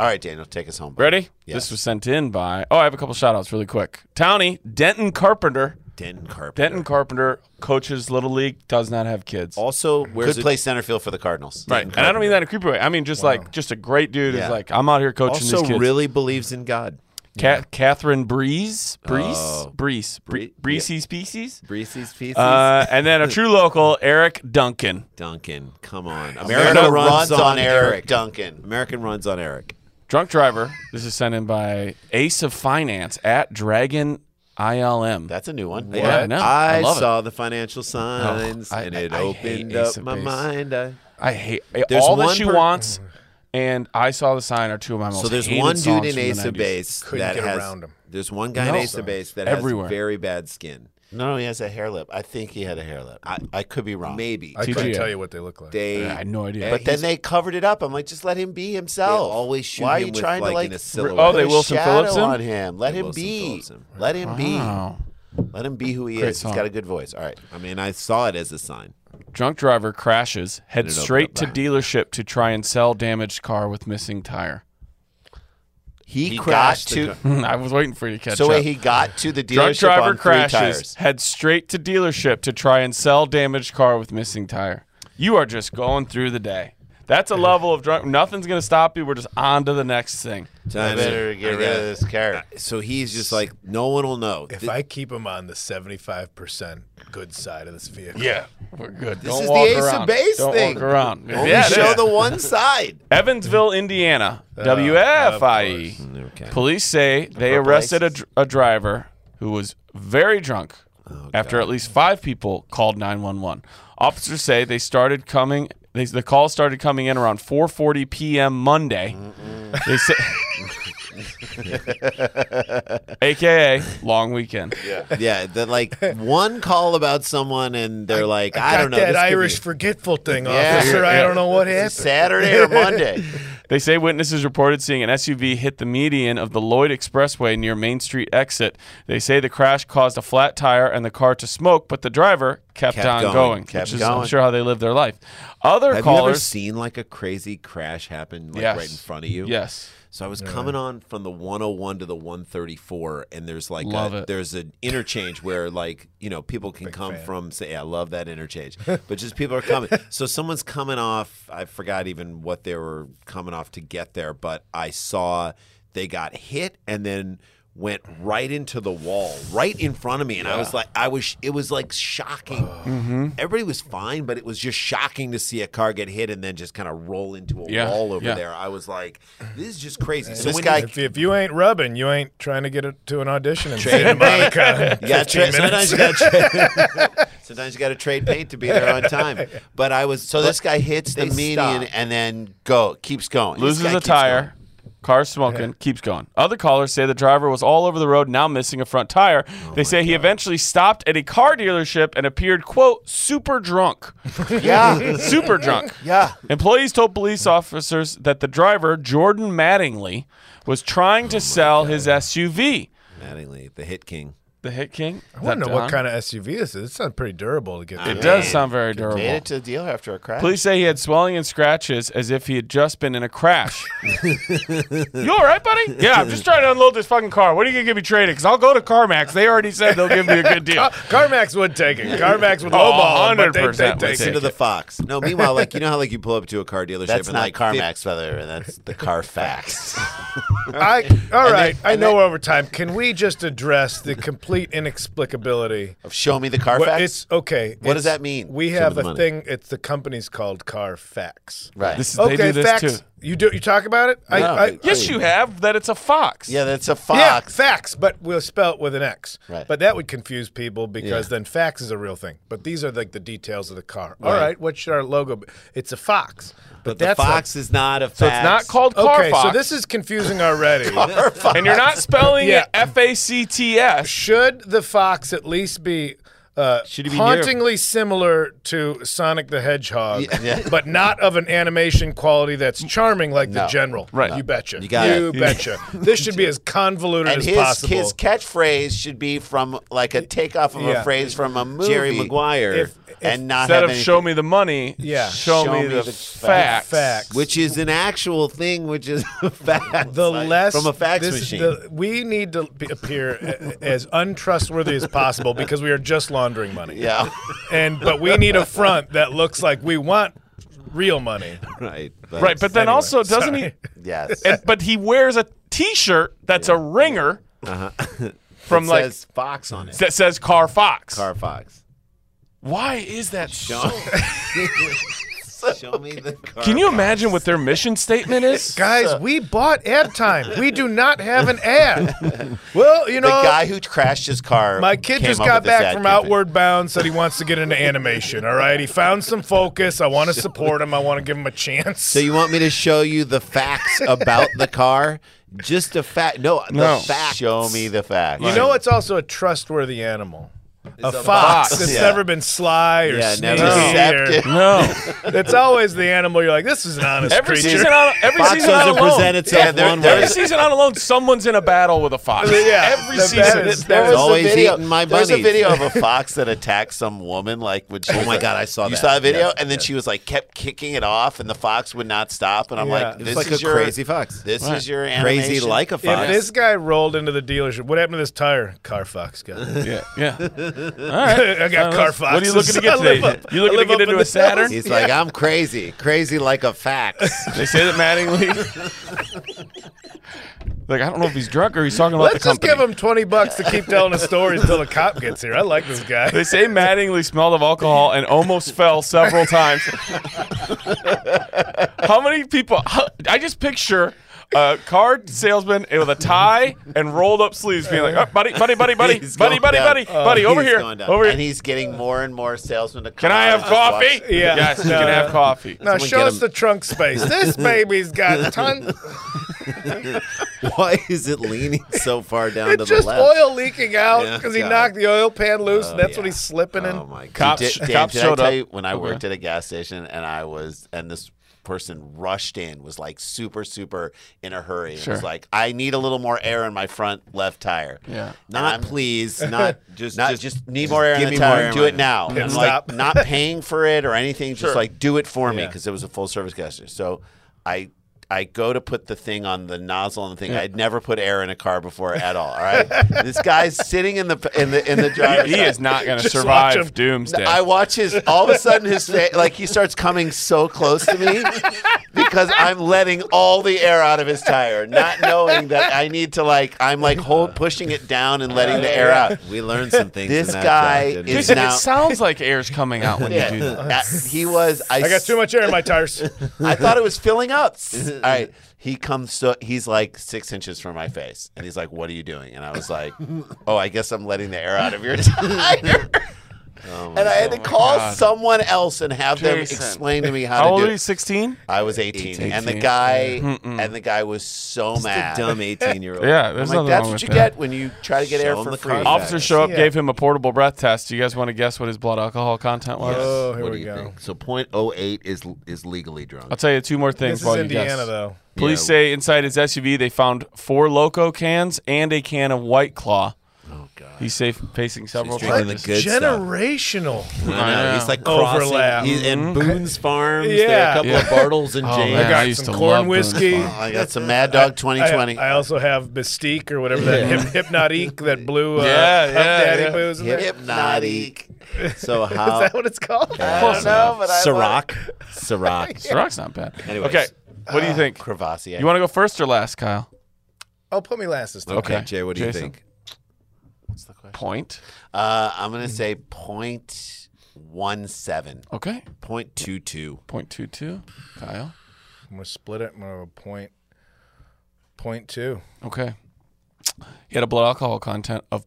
Speaker 6: All right, Daniel, take us home. bud.
Speaker 5: Ready?
Speaker 6: Yes.
Speaker 5: This was sent in by. Oh, I have a couple shout outs really quick. Townie, Denton Carpenter.
Speaker 3: Denton Carpenter.
Speaker 5: Denton Carpenter coaches Little League, does not have kids.
Speaker 3: Also,
Speaker 6: Could
Speaker 3: where's it?
Speaker 6: play center field for the Cardinals.
Speaker 5: Right. And I don't mean that in a creepy way. I mean just like just a great dude who's
Speaker 6: Yeah.
Speaker 5: like, I'm out here coaching
Speaker 3: also
Speaker 5: these kids.
Speaker 3: really believes in God.
Speaker 5: Ca- Catherine Breeze. Breeze?
Speaker 3: Oh.
Speaker 5: Breeze. Bre-
Speaker 3: Bre-
Speaker 5: Breezy species?
Speaker 3: Breezy's pieces.
Speaker 5: Uh, and then a true local, Eric Duncan.
Speaker 3: Duncan, come on.
Speaker 6: America, runs, on Eric, Duncan.
Speaker 3: American runs on Eric.
Speaker 5: Drunk driver. This is sent in by Ace of Finance at Dragon ILM.
Speaker 6: That's a new one.
Speaker 5: Yeah, I know. I love it. Oh,
Speaker 3: saw the financial signs,
Speaker 5: I-
Speaker 3: and it
Speaker 5: I- I hate
Speaker 3: opened
Speaker 5: Ace
Speaker 3: up
Speaker 5: of
Speaker 3: my
Speaker 5: Base.
Speaker 3: mind. I,
Speaker 5: I hate eh,
Speaker 3: There's
Speaker 5: all that
Speaker 3: one
Speaker 5: she
Speaker 3: per-
Speaker 5: wants. And I saw the sign are two of my most.
Speaker 3: so there's
Speaker 5: hated
Speaker 3: one dude
Speaker 5: songs
Speaker 3: in
Speaker 5: from
Speaker 3: Ace
Speaker 5: the
Speaker 3: of
Speaker 5: 90s.
Speaker 3: Base
Speaker 4: Couldn't
Speaker 3: that
Speaker 4: get
Speaker 3: has.
Speaker 4: around him.
Speaker 3: There's one guy
Speaker 5: No.
Speaker 3: in Ace of Base that has
Speaker 5: Everywhere.
Speaker 3: very bad skin.
Speaker 6: No, no, he has a hair lip. I think he had a hair lip. I, I could be wrong.
Speaker 3: Maybe
Speaker 4: I couldn't
Speaker 5: TGI.
Speaker 4: tell you what they look like.
Speaker 3: they.
Speaker 5: I had no idea.
Speaker 3: Eh,
Speaker 6: But then
Speaker 3: he's-
Speaker 6: they covered it up. I'm like, just let him be
Speaker 3: they
Speaker 6: himself.
Speaker 3: always shoot
Speaker 6: Why
Speaker 3: him
Speaker 6: are you
Speaker 3: with,
Speaker 6: trying
Speaker 3: like,
Speaker 6: to like
Speaker 3: in a
Speaker 6: put
Speaker 3: silhouette.
Speaker 5: Oh, they
Speaker 6: a
Speaker 5: Wilson
Speaker 6: shadow
Speaker 5: Phillips him?
Speaker 6: on him? Let
Speaker 3: They
Speaker 6: him
Speaker 3: Wilson
Speaker 6: be.
Speaker 3: Phillips him.
Speaker 6: Let him
Speaker 5: Wow.
Speaker 6: be. Let him be who he
Speaker 5: Great
Speaker 6: is.
Speaker 5: song.
Speaker 6: He's got a good voice. All right.
Speaker 3: I mean, I saw it as a sign.
Speaker 5: Drunk driver crashes, heads
Speaker 3: Ended up
Speaker 5: straight to
Speaker 3: that
Speaker 5: dealership to try and sell damaged car with
Speaker 3: [LAUGHS]
Speaker 5: missing tire.
Speaker 6: He,
Speaker 3: crashed
Speaker 6: crashed
Speaker 3: the
Speaker 5: [LAUGHS]
Speaker 6: to.
Speaker 3: car.
Speaker 5: I was waiting for you to catch
Speaker 6: So
Speaker 5: up.
Speaker 6: wait, he got to [LAUGHS] the dealership
Speaker 5: Drunk driver
Speaker 6: on three
Speaker 5: crashes,
Speaker 6: tires.
Speaker 5: heads straight to dealership to try and sell damaged car with missing tire. You are just going through the day. That's a level of drunk. Nothing's gonna stop you. We're just on to the next thing.
Speaker 6: I better get rid of this car.
Speaker 3: Uh, [LAUGHS] So he's just like, no one will know.
Speaker 4: If
Speaker 3: Th-
Speaker 4: I keep him on the 75% good side of this vehicle,
Speaker 5: we're good.
Speaker 3: this
Speaker 5: Don't
Speaker 3: is the
Speaker 5: walk
Speaker 3: Ace
Speaker 5: around.
Speaker 3: of Base
Speaker 5: Don't
Speaker 3: thing.
Speaker 5: walk around.
Speaker 3: Only
Speaker 5: Yeah, it
Speaker 3: show
Speaker 5: is.
Speaker 3: the one
Speaker 4: [LAUGHS]
Speaker 3: side.
Speaker 5: Evansville, Indiana, WFIE.
Speaker 3: Okay.
Speaker 5: E. Police say they arrested a, dr- a driver who was very drunk after at least five people called 911. Officers say they started coming. They, the calls started coming in around 4:40 p.m. Monday. They say, AKA long weekend.
Speaker 3: Yeah, the
Speaker 5: [LAUGHS]
Speaker 3: like one call about someone and they're like, I,
Speaker 4: got
Speaker 3: don't know.
Speaker 4: that
Speaker 3: this could
Speaker 4: Irish
Speaker 3: be-
Speaker 4: forgetful thing,
Speaker 6: Yeah.
Speaker 4: officer. I don't know what happened.
Speaker 6: Saturday or Monday.
Speaker 5: They say witnesses reported seeing an SUV hit the median of the Lloyd Expressway near Main Street exit. They say the crash caused a flat tire and the car to smoke, but the driver kept,
Speaker 3: Kept
Speaker 5: on
Speaker 3: going,
Speaker 5: going,
Speaker 6: kept
Speaker 5: which is I'm
Speaker 6: going.
Speaker 5: sure how they live their life. Other
Speaker 3: Have you ever
Speaker 5: callers,
Speaker 3: seen like a crazy crash happen like
Speaker 5: Yes.
Speaker 3: right in front of you?
Speaker 5: yes,
Speaker 3: So I was coming on from the 101 to the 134, and there's like
Speaker 5: Love
Speaker 3: a,
Speaker 5: it.
Speaker 3: there's an interchange where like you know people can come from. Say, yeah, I love that
Speaker 5: [LAUGHS]
Speaker 3: interchange, but just people are coming. so someone's coming off. I forgot even what they were coming off to get there, but I saw they got hit and then went right into the wall right in front of me and i was like i was it was like shocking
Speaker 5: [SIGHS] Mm-hmm.
Speaker 3: everybody was fine but it was just shocking to see a car get hit and then just kind of roll into a
Speaker 5: Yeah,
Speaker 3: wall over
Speaker 5: yeah.
Speaker 3: there there. I was like, this is just crazy. So
Speaker 6: This
Speaker 3: when
Speaker 6: guy-
Speaker 3: you-
Speaker 4: If, if you ain't rubbing, you ain't trying to get a, to an audition in Santa
Speaker 3: Trade
Speaker 4: Monica.
Speaker 3: [LAUGHS] you gotta tra- sometimes you gotta trade. [LAUGHS] sometimes you gotta trade paint to be there on time. But I was
Speaker 6: So this guy hits the
Speaker 3: They
Speaker 6: median
Speaker 3: stopped.
Speaker 6: and then go keeps going.
Speaker 5: loses
Speaker 6: This guy
Speaker 5: a
Speaker 6: keeps
Speaker 5: tire. Car smoking, keeps going. Other callers say the driver was all over the road, now missing a front tire. they say he eventually stopped at a car dealership and appeared, quote, super drunk.
Speaker 6: going. Yeah,
Speaker 5: super drunk.
Speaker 6: [LAUGHS] yeah.
Speaker 5: Employees told police officers that the driver, Jordan Mattingly, was trying
Speaker 4: Oh
Speaker 5: to sell his SUV.
Speaker 3: Mattingly, the hit king.
Speaker 5: The Hit King? uh-huh.
Speaker 4: I want to know what kind of SUV this is. It sounds pretty durable to get.
Speaker 5: It
Speaker 4: through.
Speaker 5: does sound very
Speaker 6: Made
Speaker 5: durable.
Speaker 6: it to the deal after a crash.
Speaker 5: Police say he had swelling and scratches as if he had just been in
Speaker 4: [LAUGHS]
Speaker 5: a crash. you all right, buddy? Yeah, I'm just trying to unload this fucking car. What are you going to give me traded? Because I'll go to CarMax. They already said they'll give me a
Speaker 4: [LAUGHS]
Speaker 5: good deal.
Speaker 4: CarMax would take it. CarMax would
Speaker 5: Oh,
Speaker 4: lowball it, but they-
Speaker 5: 100%
Speaker 4: they
Speaker 5: would
Speaker 4: take
Speaker 5: take
Speaker 4: it.
Speaker 3: Into the fox. No, meanwhile, like you know how like you pull up to a car dealership.
Speaker 6: That's
Speaker 3: and,
Speaker 6: not
Speaker 3: like,
Speaker 6: CarMax, by the way. That's the Carfax.
Speaker 4: I, all right, I know we're over time. Can we just address the complete inexplicability?
Speaker 6: Show me the
Speaker 4: Well,
Speaker 6: Carfax.
Speaker 4: it's okay.
Speaker 6: What
Speaker 4: it's-
Speaker 6: does that mean?
Speaker 4: We
Speaker 6: Show me
Speaker 4: have
Speaker 6: the
Speaker 4: a
Speaker 6: money.
Speaker 4: thing. It's the company's called Carfax.
Speaker 6: right.
Speaker 5: This is,
Speaker 4: Okay,
Speaker 5: they do this
Speaker 4: fax.
Speaker 5: too.
Speaker 4: You do you talk about it? I,
Speaker 6: No,
Speaker 4: I,
Speaker 6: but-
Speaker 5: Yes, you have. That it's a fox.
Speaker 6: Yeah, that's a
Speaker 4: yeah,
Speaker 6: fox.
Speaker 4: fax, but we'll spell it with an X.
Speaker 6: Right.
Speaker 4: But that would confuse people because then fax is a real thing. But these are like the details of the car. All right, what should our logo be? It's a fox.
Speaker 3: But,
Speaker 4: But,
Speaker 3: the
Speaker 4: that's
Speaker 3: fox is not a fax.
Speaker 5: So it's not called
Speaker 4: a,
Speaker 5: car
Speaker 4: Okay,
Speaker 5: fox.
Speaker 4: so this is confusing
Speaker 6: [LAUGHS]
Speaker 4: already.
Speaker 5: and
Speaker 4: [LAUGHS]
Speaker 5: you're not spelling
Speaker 4: Yeah.
Speaker 5: it F A C T S.
Speaker 4: should the fox at least be uh,
Speaker 3: Should he be
Speaker 4: hauntingly similar to Sonic the Hedgehog, but not of an animation quality that's charming like the General?
Speaker 5: Right.
Speaker 4: You betcha. You,
Speaker 3: got it.
Speaker 4: betcha. this should be as convoluted
Speaker 6: And
Speaker 4: as
Speaker 6: his,
Speaker 4: possible.
Speaker 6: his catchphrase should be from like a takeoff of
Speaker 4: Yeah.
Speaker 6: a phrase from a movie.
Speaker 3: Jerry Maguire,
Speaker 4: If-
Speaker 6: and not
Speaker 5: Instead
Speaker 6: have
Speaker 5: of
Speaker 6: any-
Speaker 5: show me the money,
Speaker 4: Yeah.
Speaker 5: show, me, the, facts.
Speaker 4: facts.
Speaker 3: which is an actual thing, which is a [LAUGHS] fax.
Speaker 4: the
Speaker 3: Like,
Speaker 4: less
Speaker 3: from a fax
Speaker 4: this-
Speaker 3: machine. [LAUGHS]
Speaker 4: the- we need to be, appear a- as untrustworthy as possible because we are just laundering money.
Speaker 6: Yeah.
Speaker 4: And but we need a front that looks like we want real money.
Speaker 3: [LAUGHS] right,
Speaker 5: Right, but then
Speaker 4: Anyway,
Speaker 5: also doesn't
Speaker 4: sorry.
Speaker 5: he?
Speaker 6: yes.
Speaker 5: and- but he wears a T-shirt that's a ringer [LAUGHS] from
Speaker 3: it
Speaker 5: like
Speaker 3: says fox on it.
Speaker 5: that says Car Fox.
Speaker 3: Car fox.
Speaker 5: Why is that? So,
Speaker 3: Show me the [LAUGHS] car.
Speaker 5: can you imagine what their mission
Speaker 4: [LAUGHS]
Speaker 5: statement is?
Speaker 4: Guys, we bought ad time. We do not have an ad. well, you know,
Speaker 6: the [LAUGHS] guy who [LAUGHS] crashed his car.
Speaker 4: my kid
Speaker 6: came
Speaker 4: just
Speaker 6: up
Speaker 4: got
Speaker 6: with this ad
Speaker 4: back from
Speaker 6: campaign.
Speaker 4: Outward Bound, said he wants to get into animation. All right, he found some focus. I want to support him. I want to give him a chance.
Speaker 3: So you want me to show you the [LAUGHS] facts about the car? Just a fact? No, the
Speaker 5: No.
Speaker 3: facts.
Speaker 6: Show me the facts.
Speaker 4: You know, it's also a trustworthy animal. a
Speaker 3: a
Speaker 4: fox.
Speaker 5: fox,
Speaker 4: It's
Speaker 6: yeah.
Speaker 4: never been sly or
Speaker 3: Yeah, never
Speaker 4: sneaky.
Speaker 6: deceptive.
Speaker 4: or-
Speaker 5: No.
Speaker 4: It's always the animal you're like, this is an honest
Speaker 5: Every
Speaker 4: creature.
Speaker 5: season, on, every
Speaker 3: Fox
Speaker 5: season on
Speaker 3: doesn't
Speaker 5: alone,
Speaker 3: present itself
Speaker 6: Yeah, there-
Speaker 3: one
Speaker 6: there
Speaker 3: way.
Speaker 5: every season on alone, someone's in a battle with a fox.
Speaker 4: [LAUGHS] Yeah,
Speaker 5: every
Speaker 4: that-
Speaker 5: season.
Speaker 4: that is-
Speaker 6: There was
Speaker 4: that
Speaker 6: a
Speaker 4: is-
Speaker 3: always
Speaker 6: video-
Speaker 3: eating my
Speaker 6: There was a
Speaker 3: bunnies.
Speaker 6: video [LAUGHS] of a fox that attacked some woman. Like, when she
Speaker 3: Oh
Speaker 6: was
Speaker 3: my
Speaker 6: like-
Speaker 3: God, I saw
Speaker 6: You
Speaker 3: that.
Speaker 6: saw the video,
Speaker 3: Yes,
Speaker 6: and then she was like, kept kicking it off, and the fox would not stop. And I'm
Speaker 4: Yeah.
Speaker 6: like,
Speaker 4: It's
Speaker 6: this
Speaker 3: like
Speaker 6: is
Speaker 3: a
Speaker 6: your,
Speaker 3: crazy fox.
Speaker 6: This is your animation.
Speaker 3: Crazy like a
Speaker 4: if
Speaker 3: fox.
Speaker 4: this guy rolled into the dealership, what happened to this tire? Car fox guy. [LAUGHS]
Speaker 5: Yeah, yeah. All right.
Speaker 4: I got
Speaker 5: Uh,
Speaker 4: car
Speaker 5: What are you
Speaker 4: foxes.
Speaker 5: looking to
Speaker 4: [LAUGHS]
Speaker 5: get
Speaker 4: I live
Speaker 5: today?
Speaker 4: up- I
Speaker 5: you looking to
Speaker 4: live
Speaker 5: get
Speaker 4: up in
Speaker 5: into
Speaker 4: the
Speaker 5: a Saturn?
Speaker 3: He's like, I'm crazy, crazy like a fax.
Speaker 5: They say that Mattingly. [LAUGHS] like I don't know if he's drunk or he's talking about
Speaker 4: Let's
Speaker 5: the
Speaker 4: just
Speaker 5: company.
Speaker 4: give him 20 bucks to keep telling his stories until the cop gets here. I like this guy.
Speaker 5: they say Mattingly smelled of alcohol and almost fell several times. how many people? how- I just picture a car salesman with a tie and rolled up sleeves, being like, oh, "Buddy, buddy, buddy, buddy,
Speaker 3: He's
Speaker 5: buddy,
Speaker 3: going
Speaker 5: buddy,
Speaker 3: down.
Speaker 5: buddy, buddy, over
Speaker 3: he's
Speaker 5: here,
Speaker 3: going down.
Speaker 5: over
Speaker 6: And
Speaker 5: here."
Speaker 6: Oh, he's getting more and more salesmen to come.
Speaker 5: Can I
Speaker 6: out
Speaker 5: have
Speaker 6: and just watch
Speaker 5: coffee?
Speaker 6: it.
Speaker 4: Yeah.
Speaker 5: Yes, you
Speaker 4: No,
Speaker 5: can
Speaker 4: no.
Speaker 5: have coffee.
Speaker 4: Now
Speaker 3: Someone
Speaker 4: show
Speaker 3: get
Speaker 4: us
Speaker 3: him.
Speaker 4: the trunk space.
Speaker 3: [LAUGHS]
Speaker 4: This baby's got tons.
Speaker 3: [LAUGHS] Why is it leaning so far down to
Speaker 4: It's
Speaker 3: the
Speaker 4: just
Speaker 3: left?
Speaker 4: oil leaking out
Speaker 3: Yeah,
Speaker 4: because he
Speaker 3: got
Speaker 4: knocked the oil pan loose. and that's what
Speaker 3: yeah.
Speaker 4: he's slipping in.
Speaker 3: Oh my god!
Speaker 5: Cops,
Speaker 6: Did, Dan,
Speaker 5: cops
Speaker 6: did I
Speaker 5: showed
Speaker 6: tell
Speaker 5: up.
Speaker 6: you when I
Speaker 5: Okay.
Speaker 6: worked at a gas station and I was and this person rushed in was like super super in a hurry and was like I need a little more air in my front left tire.
Speaker 5: Yeah.
Speaker 3: Not [LAUGHS] please, not just,
Speaker 6: Not
Speaker 3: just,
Speaker 6: just, need more air in
Speaker 3: give
Speaker 6: the
Speaker 3: me more
Speaker 6: tire.
Speaker 3: air
Speaker 6: Do
Speaker 3: in
Speaker 6: it
Speaker 3: my-
Speaker 6: now.
Speaker 4: Yeah,
Speaker 6: I'm
Speaker 4: stop.
Speaker 6: like not paying for it or anything. Just like do it for me
Speaker 4: Yeah.
Speaker 6: because it was a full service gas station. So I I go to put the thing on the nozzle on the thing. I'd never put air in a car before at all. All right, this guy's sitting in the in the
Speaker 3: [LAUGHS]
Speaker 6: in the driver's
Speaker 5: He
Speaker 6: side.
Speaker 5: is not
Speaker 6: [LAUGHS]
Speaker 5: going to
Speaker 4: Just watch
Speaker 5: survive
Speaker 4: him.
Speaker 5: doomsday.
Speaker 6: I watch his all of a sudden his face like he starts coming so close to me because I'm letting all the air out of his tire, not knowing that I need to like I'm like hold pushing it down and letting the air out.
Speaker 3: We learned some things.
Speaker 6: This
Speaker 3: in that
Speaker 6: guy
Speaker 3: job, didn't we?
Speaker 6: is
Speaker 5: Jason,
Speaker 6: now-
Speaker 5: it sounds like air's coming out when
Speaker 6: [LAUGHS] Yeah,
Speaker 5: you do that.
Speaker 6: that- he was. I,
Speaker 4: I got too much air in my
Speaker 3: [LAUGHS]
Speaker 4: tires.
Speaker 6: I thought it was
Speaker 5: [LAUGHS]
Speaker 6: filling up. All right, he comes. So he's like six inches from my face, and he's like, "What are you doing?" And I was like, "Oh, I guess I'm letting the air out of
Speaker 5: [LAUGHS]
Speaker 6: your [LAUGHS] tire." and I had to call
Speaker 5: Oh God.
Speaker 6: someone else and have them
Speaker 5: Jason.
Speaker 6: explain to me how,
Speaker 5: How
Speaker 6: to
Speaker 5: old
Speaker 6: do
Speaker 5: are you?
Speaker 6: it.
Speaker 5: 16?
Speaker 6: I was 18, and the
Speaker 5: 18.
Speaker 6: guy and the guy was so mad.
Speaker 3: Just a dumb eighteen-year-old.
Speaker 5: Yeah,
Speaker 6: I'm
Speaker 5: there's
Speaker 6: like,
Speaker 5: nothing
Speaker 6: that's
Speaker 5: wrong
Speaker 6: what
Speaker 5: with
Speaker 6: you
Speaker 5: that.
Speaker 6: get when you try to get
Speaker 3: Show
Speaker 6: air
Speaker 3: him
Speaker 6: for
Speaker 3: the
Speaker 6: free.
Speaker 3: car
Speaker 5: Officers show up,
Speaker 4: Yeah.
Speaker 5: gave him a portable breath test. Do you guys want to guess what his blood alcohol content was?
Speaker 4: Oh, here
Speaker 3: What do
Speaker 4: we
Speaker 3: you
Speaker 4: go.
Speaker 3: think? So .08 is is legally drunk.
Speaker 5: I'll tell you two more
Speaker 4: This
Speaker 5: things
Speaker 4: is
Speaker 5: while you
Speaker 4: Indiana,
Speaker 5: guess.
Speaker 4: though.
Speaker 5: Police
Speaker 3: Yeah.
Speaker 5: say inside his SUV they found four Loco cans and a can of White Claw.
Speaker 3: Oh god.
Speaker 5: He's safe facing several
Speaker 3: drinking
Speaker 5: charges.
Speaker 3: the good stuff.
Speaker 4: Generational.
Speaker 3: I know.
Speaker 5: I know.
Speaker 3: He's like crossing.
Speaker 4: Overlap.
Speaker 3: He's in Boone's Farms. There are
Speaker 4: Yeah.
Speaker 3: a couple of Bartles and
Speaker 5: Oh,
Speaker 3: James.
Speaker 5: man,
Speaker 4: got
Speaker 5: I used
Speaker 4: some
Speaker 5: to
Speaker 4: corn
Speaker 5: love Boone's
Speaker 4: whiskey.
Speaker 5: Farm.
Speaker 6: I got some Mad Dog
Speaker 4: I,
Speaker 6: 2020.
Speaker 4: I also have Mystique or whatever that hip, hypnotique that blue uh,
Speaker 5: Yeah,
Speaker 4: Huff
Speaker 5: yeah,
Speaker 4: daddy
Speaker 5: yeah.
Speaker 4: booze. in there. Is
Speaker 3: Hypnotic. So how?
Speaker 4: that what it's called?
Speaker 6: don't know, but I
Speaker 3: Ciroc.
Speaker 5: [LAUGHS]
Speaker 3: Ciroc.
Speaker 5: Ciroc not bad.
Speaker 3: Anyways.
Speaker 5: Okay, what
Speaker 4: Ah,
Speaker 5: do you think?
Speaker 6: Cravassier.
Speaker 5: You want to go first or last, Kyle?
Speaker 4: Oh, put me last this time.
Speaker 5: Okay.
Speaker 3: Okay, Jay, what do you
Speaker 5: Jason.
Speaker 3: think?
Speaker 5: Point.
Speaker 6: Uh, I'm gonna say point one seven.
Speaker 5: Okay.
Speaker 3: Point two two.
Speaker 5: Point two two. Kyle.
Speaker 4: I'm gonna split it. I'm gonna have a point, point two.
Speaker 5: Okay. He had a blood alcohol content of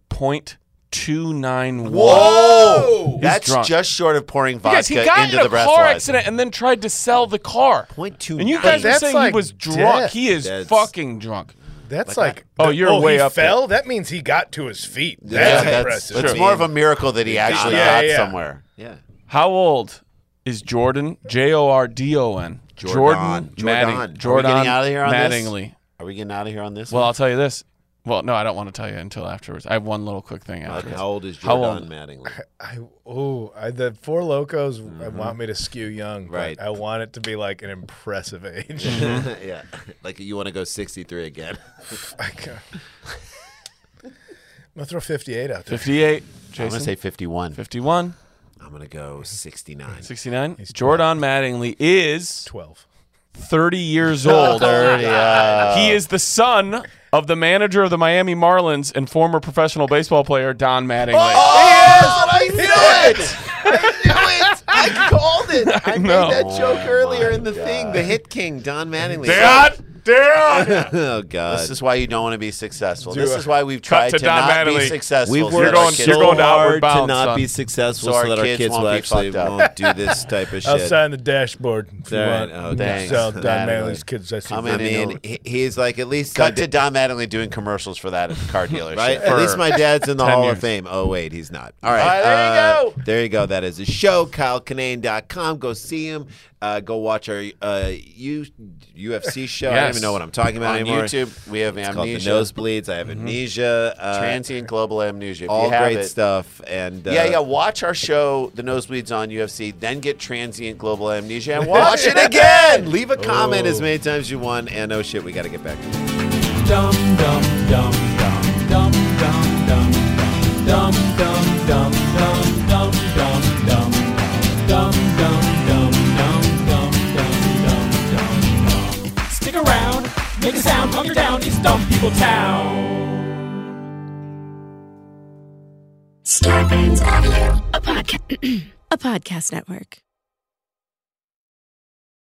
Speaker 5: 0.291.
Speaker 6: Whoa! That's
Speaker 5: drunk.
Speaker 6: just short of pouring
Speaker 5: Guys,
Speaker 6: vodka
Speaker 5: he got
Speaker 6: into
Speaker 5: in a
Speaker 6: the
Speaker 5: car
Speaker 6: breathalyzer.
Speaker 5: accident and then tried to sell the car.
Speaker 3: Point two
Speaker 5: And you
Speaker 3: nine.
Speaker 5: guys are
Speaker 4: that's
Speaker 5: saying
Speaker 4: like
Speaker 5: he was drunk.
Speaker 4: death.
Speaker 5: He is
Speaker 3: That's-
Speaker 5: fucking drunk.
Speaker 4: That's like,
Speaker 5: Oh, you're
Speaker 4: oh,
Speaker 5: way
Speaker 4: he
Speaker 5: up there.
Speaker 4: fell. That means he got to his feet. That's
Speaker 6: yeah, that's,
Speaker 4: impressive.
Speaker 6: that's more of a miracle that he actually
Speaker 4: Yeah,
Speaker 6: got
Speaker 4: yeah.
Speaker 6: somewhere.
Speaker 3: Yeah.
Speaker 5: How old is Jordan? J O R D O N. Jordan.
Speaker 3: Jordan. Jordan. Are
Speaker 5: Madding-
Speaker 3: we
Speaker 5: Jordan.
Speaker 6: getting out of here on this?
Speaker 5: Mattingly.
Speaker 6: Are we getting out of here on this?
Speaker 5: Well, I'll tell you this. Well, no, I don't want to tell you until afterwards. I have one little quick thing
Speaker 3: Okay,
Speaker 5: afterwards.
Speaker 3: How old is
Speaker 5: How
Speaker 3: Jordan
Speaker 5: old?
Speaker 3: Mattingly?
Speaker 4: I oh, I, the four locos
Speaker 5: Mm-hmm.
Speaker 4: want me to skew young, but
Speaker 3: Right.
Speaker 4: I want it to be like an impressive age.
Speaker 3: yeah. [LAUGHS] Like you want to go 63 again.
Speaker 4: [LAUGHS] I ca- I'm gonna throw 58 out there.
Speaker 5: 58.
Speaker 6: I'm gonna
Speaker 5: Jason.
Speaker 6: say 51.
Speaker 5: 51.
Speaker 3: I'm going to go
Speaker 5: [LAUGHS]
Speaker 3: 69.
Speaker 5: 69. Jordan Mattingly is
Speaker 4: 12.
Speaker 5: 30 years old. He is the son of the manager of the Miami Marlins and former professional baseball player Don Mattingly.
Speaker 3: I knew
Speaker 6: [LAUGHS]
Speaker 3: it! I knew it! I called it! I, made
Speaker 5: know.
Speaker 3: that joke earlier in the thing. The hit king, Don Mattingly.
Speaker 5: damn!
Speaker 3: [LAUGHS] Oh, God.
Speaker 6: This is why you don't want to be successful.
Speaker 4: Do
Speaker 6: this
Speaker 4: a-
Speaker 6: is why we've tried
Speaker 5: to
Speaker 6: to,
Speaker 5: Don
Speaker 6: not
Speaker 5: Mattingly.
Speaker 6: be successful.
Speaker 3: We've
Speaker 6: so that
Speaker 3: worked
Speaker 6: our
Speaker 5: going-
Speaker 6: kids
Speaker 5: you're
Speaker 3: so
Speaker 5: going to outward
Speaker 3: hard
Speaker 5: bounds,
Speaker 3: to not
Speaker 5: son.
Speaker 3: be successful,
Speaker 6: So
Speaker 3: so,
Speaker 6: our
Speaker 3: that our
Speaker 6: kids
Speaker 3: kids,
Speaker 6: won't
Speaker 3: will
Speaker 6: be
Speaker 3: actually
Speaker 6: fucked up.
Speaker 3: won't do this type
Speaker 4: [LAUGHS]
Speaker 3: of shit.
Speaker 4: Outside the dashboard. If you
Speaker 3: All right,
Speaker 4: want.
Speaker 3: okay.
Speaker 6: Thanks.
Speaker 4: So Don
Speaker 6: Mattingly.
Speaker 4: Manley's kids. I see
Speaker 6: Come
Speaker 3: I
Speaker 6: in.
Speaker 4: Brady.
Speaker 3: mean, he- he's like at least
Speaker 6: Cut to Don Mattingly doing commercials for that
Speaker 3: [LAUGHS]
Speaker 6: car dealership.
Speaker 3: Right? At least my dad's in the
Speaker 5: 10
Speaker 3: Hall
Speaker 5: years.
Speaker 3: of Fame. Oh, wait, he's not. All right. uh,
Speaker 6: right, there you go.
Speaker 3: There you go. That is the show. KyleKinane.com. Go see him. Uh, go watch our uh, U- UFC show. I don't
Speaker 5: Yes.
Speaker 3: even know what I'm talking about
Speaker 6: [LAUGHS] on
Speaker 3: anymore.
Speaker 6: YouTube, we have
Speaker 3: It's called The
Speaker 6: amnesia,
Speaker 3: Nosebleeds. I have amnesia. Uh,
Speaker 6: transient global amnesia. If
Speaker 3: all
Speaker 6: you have
Speaker 3: great
Speaker 6: it,
Speaker 3: stuff. And uh,
Speaker 6: Yeah, yeah. Watch our show, The Nosebleeds on UFC, then get transient global amnesia
Speaker 3: [LAUGHS]
Speaker 6: and watch it again.
Speaker 3: Leave a comment
Speaker 4: Oh.
Speaker 3: as many times as you want. And oh, shit, we got to get back to
Speaker 2: dum dum dum dum dum dum dum dum dum dum dum dum dum dum dum dum dum dum dum dum dum dum dum Stick around, make a sound, hunker down, it's Dumb People Town.
Speaker 1: [CLEARS THROAT] Scarpins Audio, a podcast, a podcast network.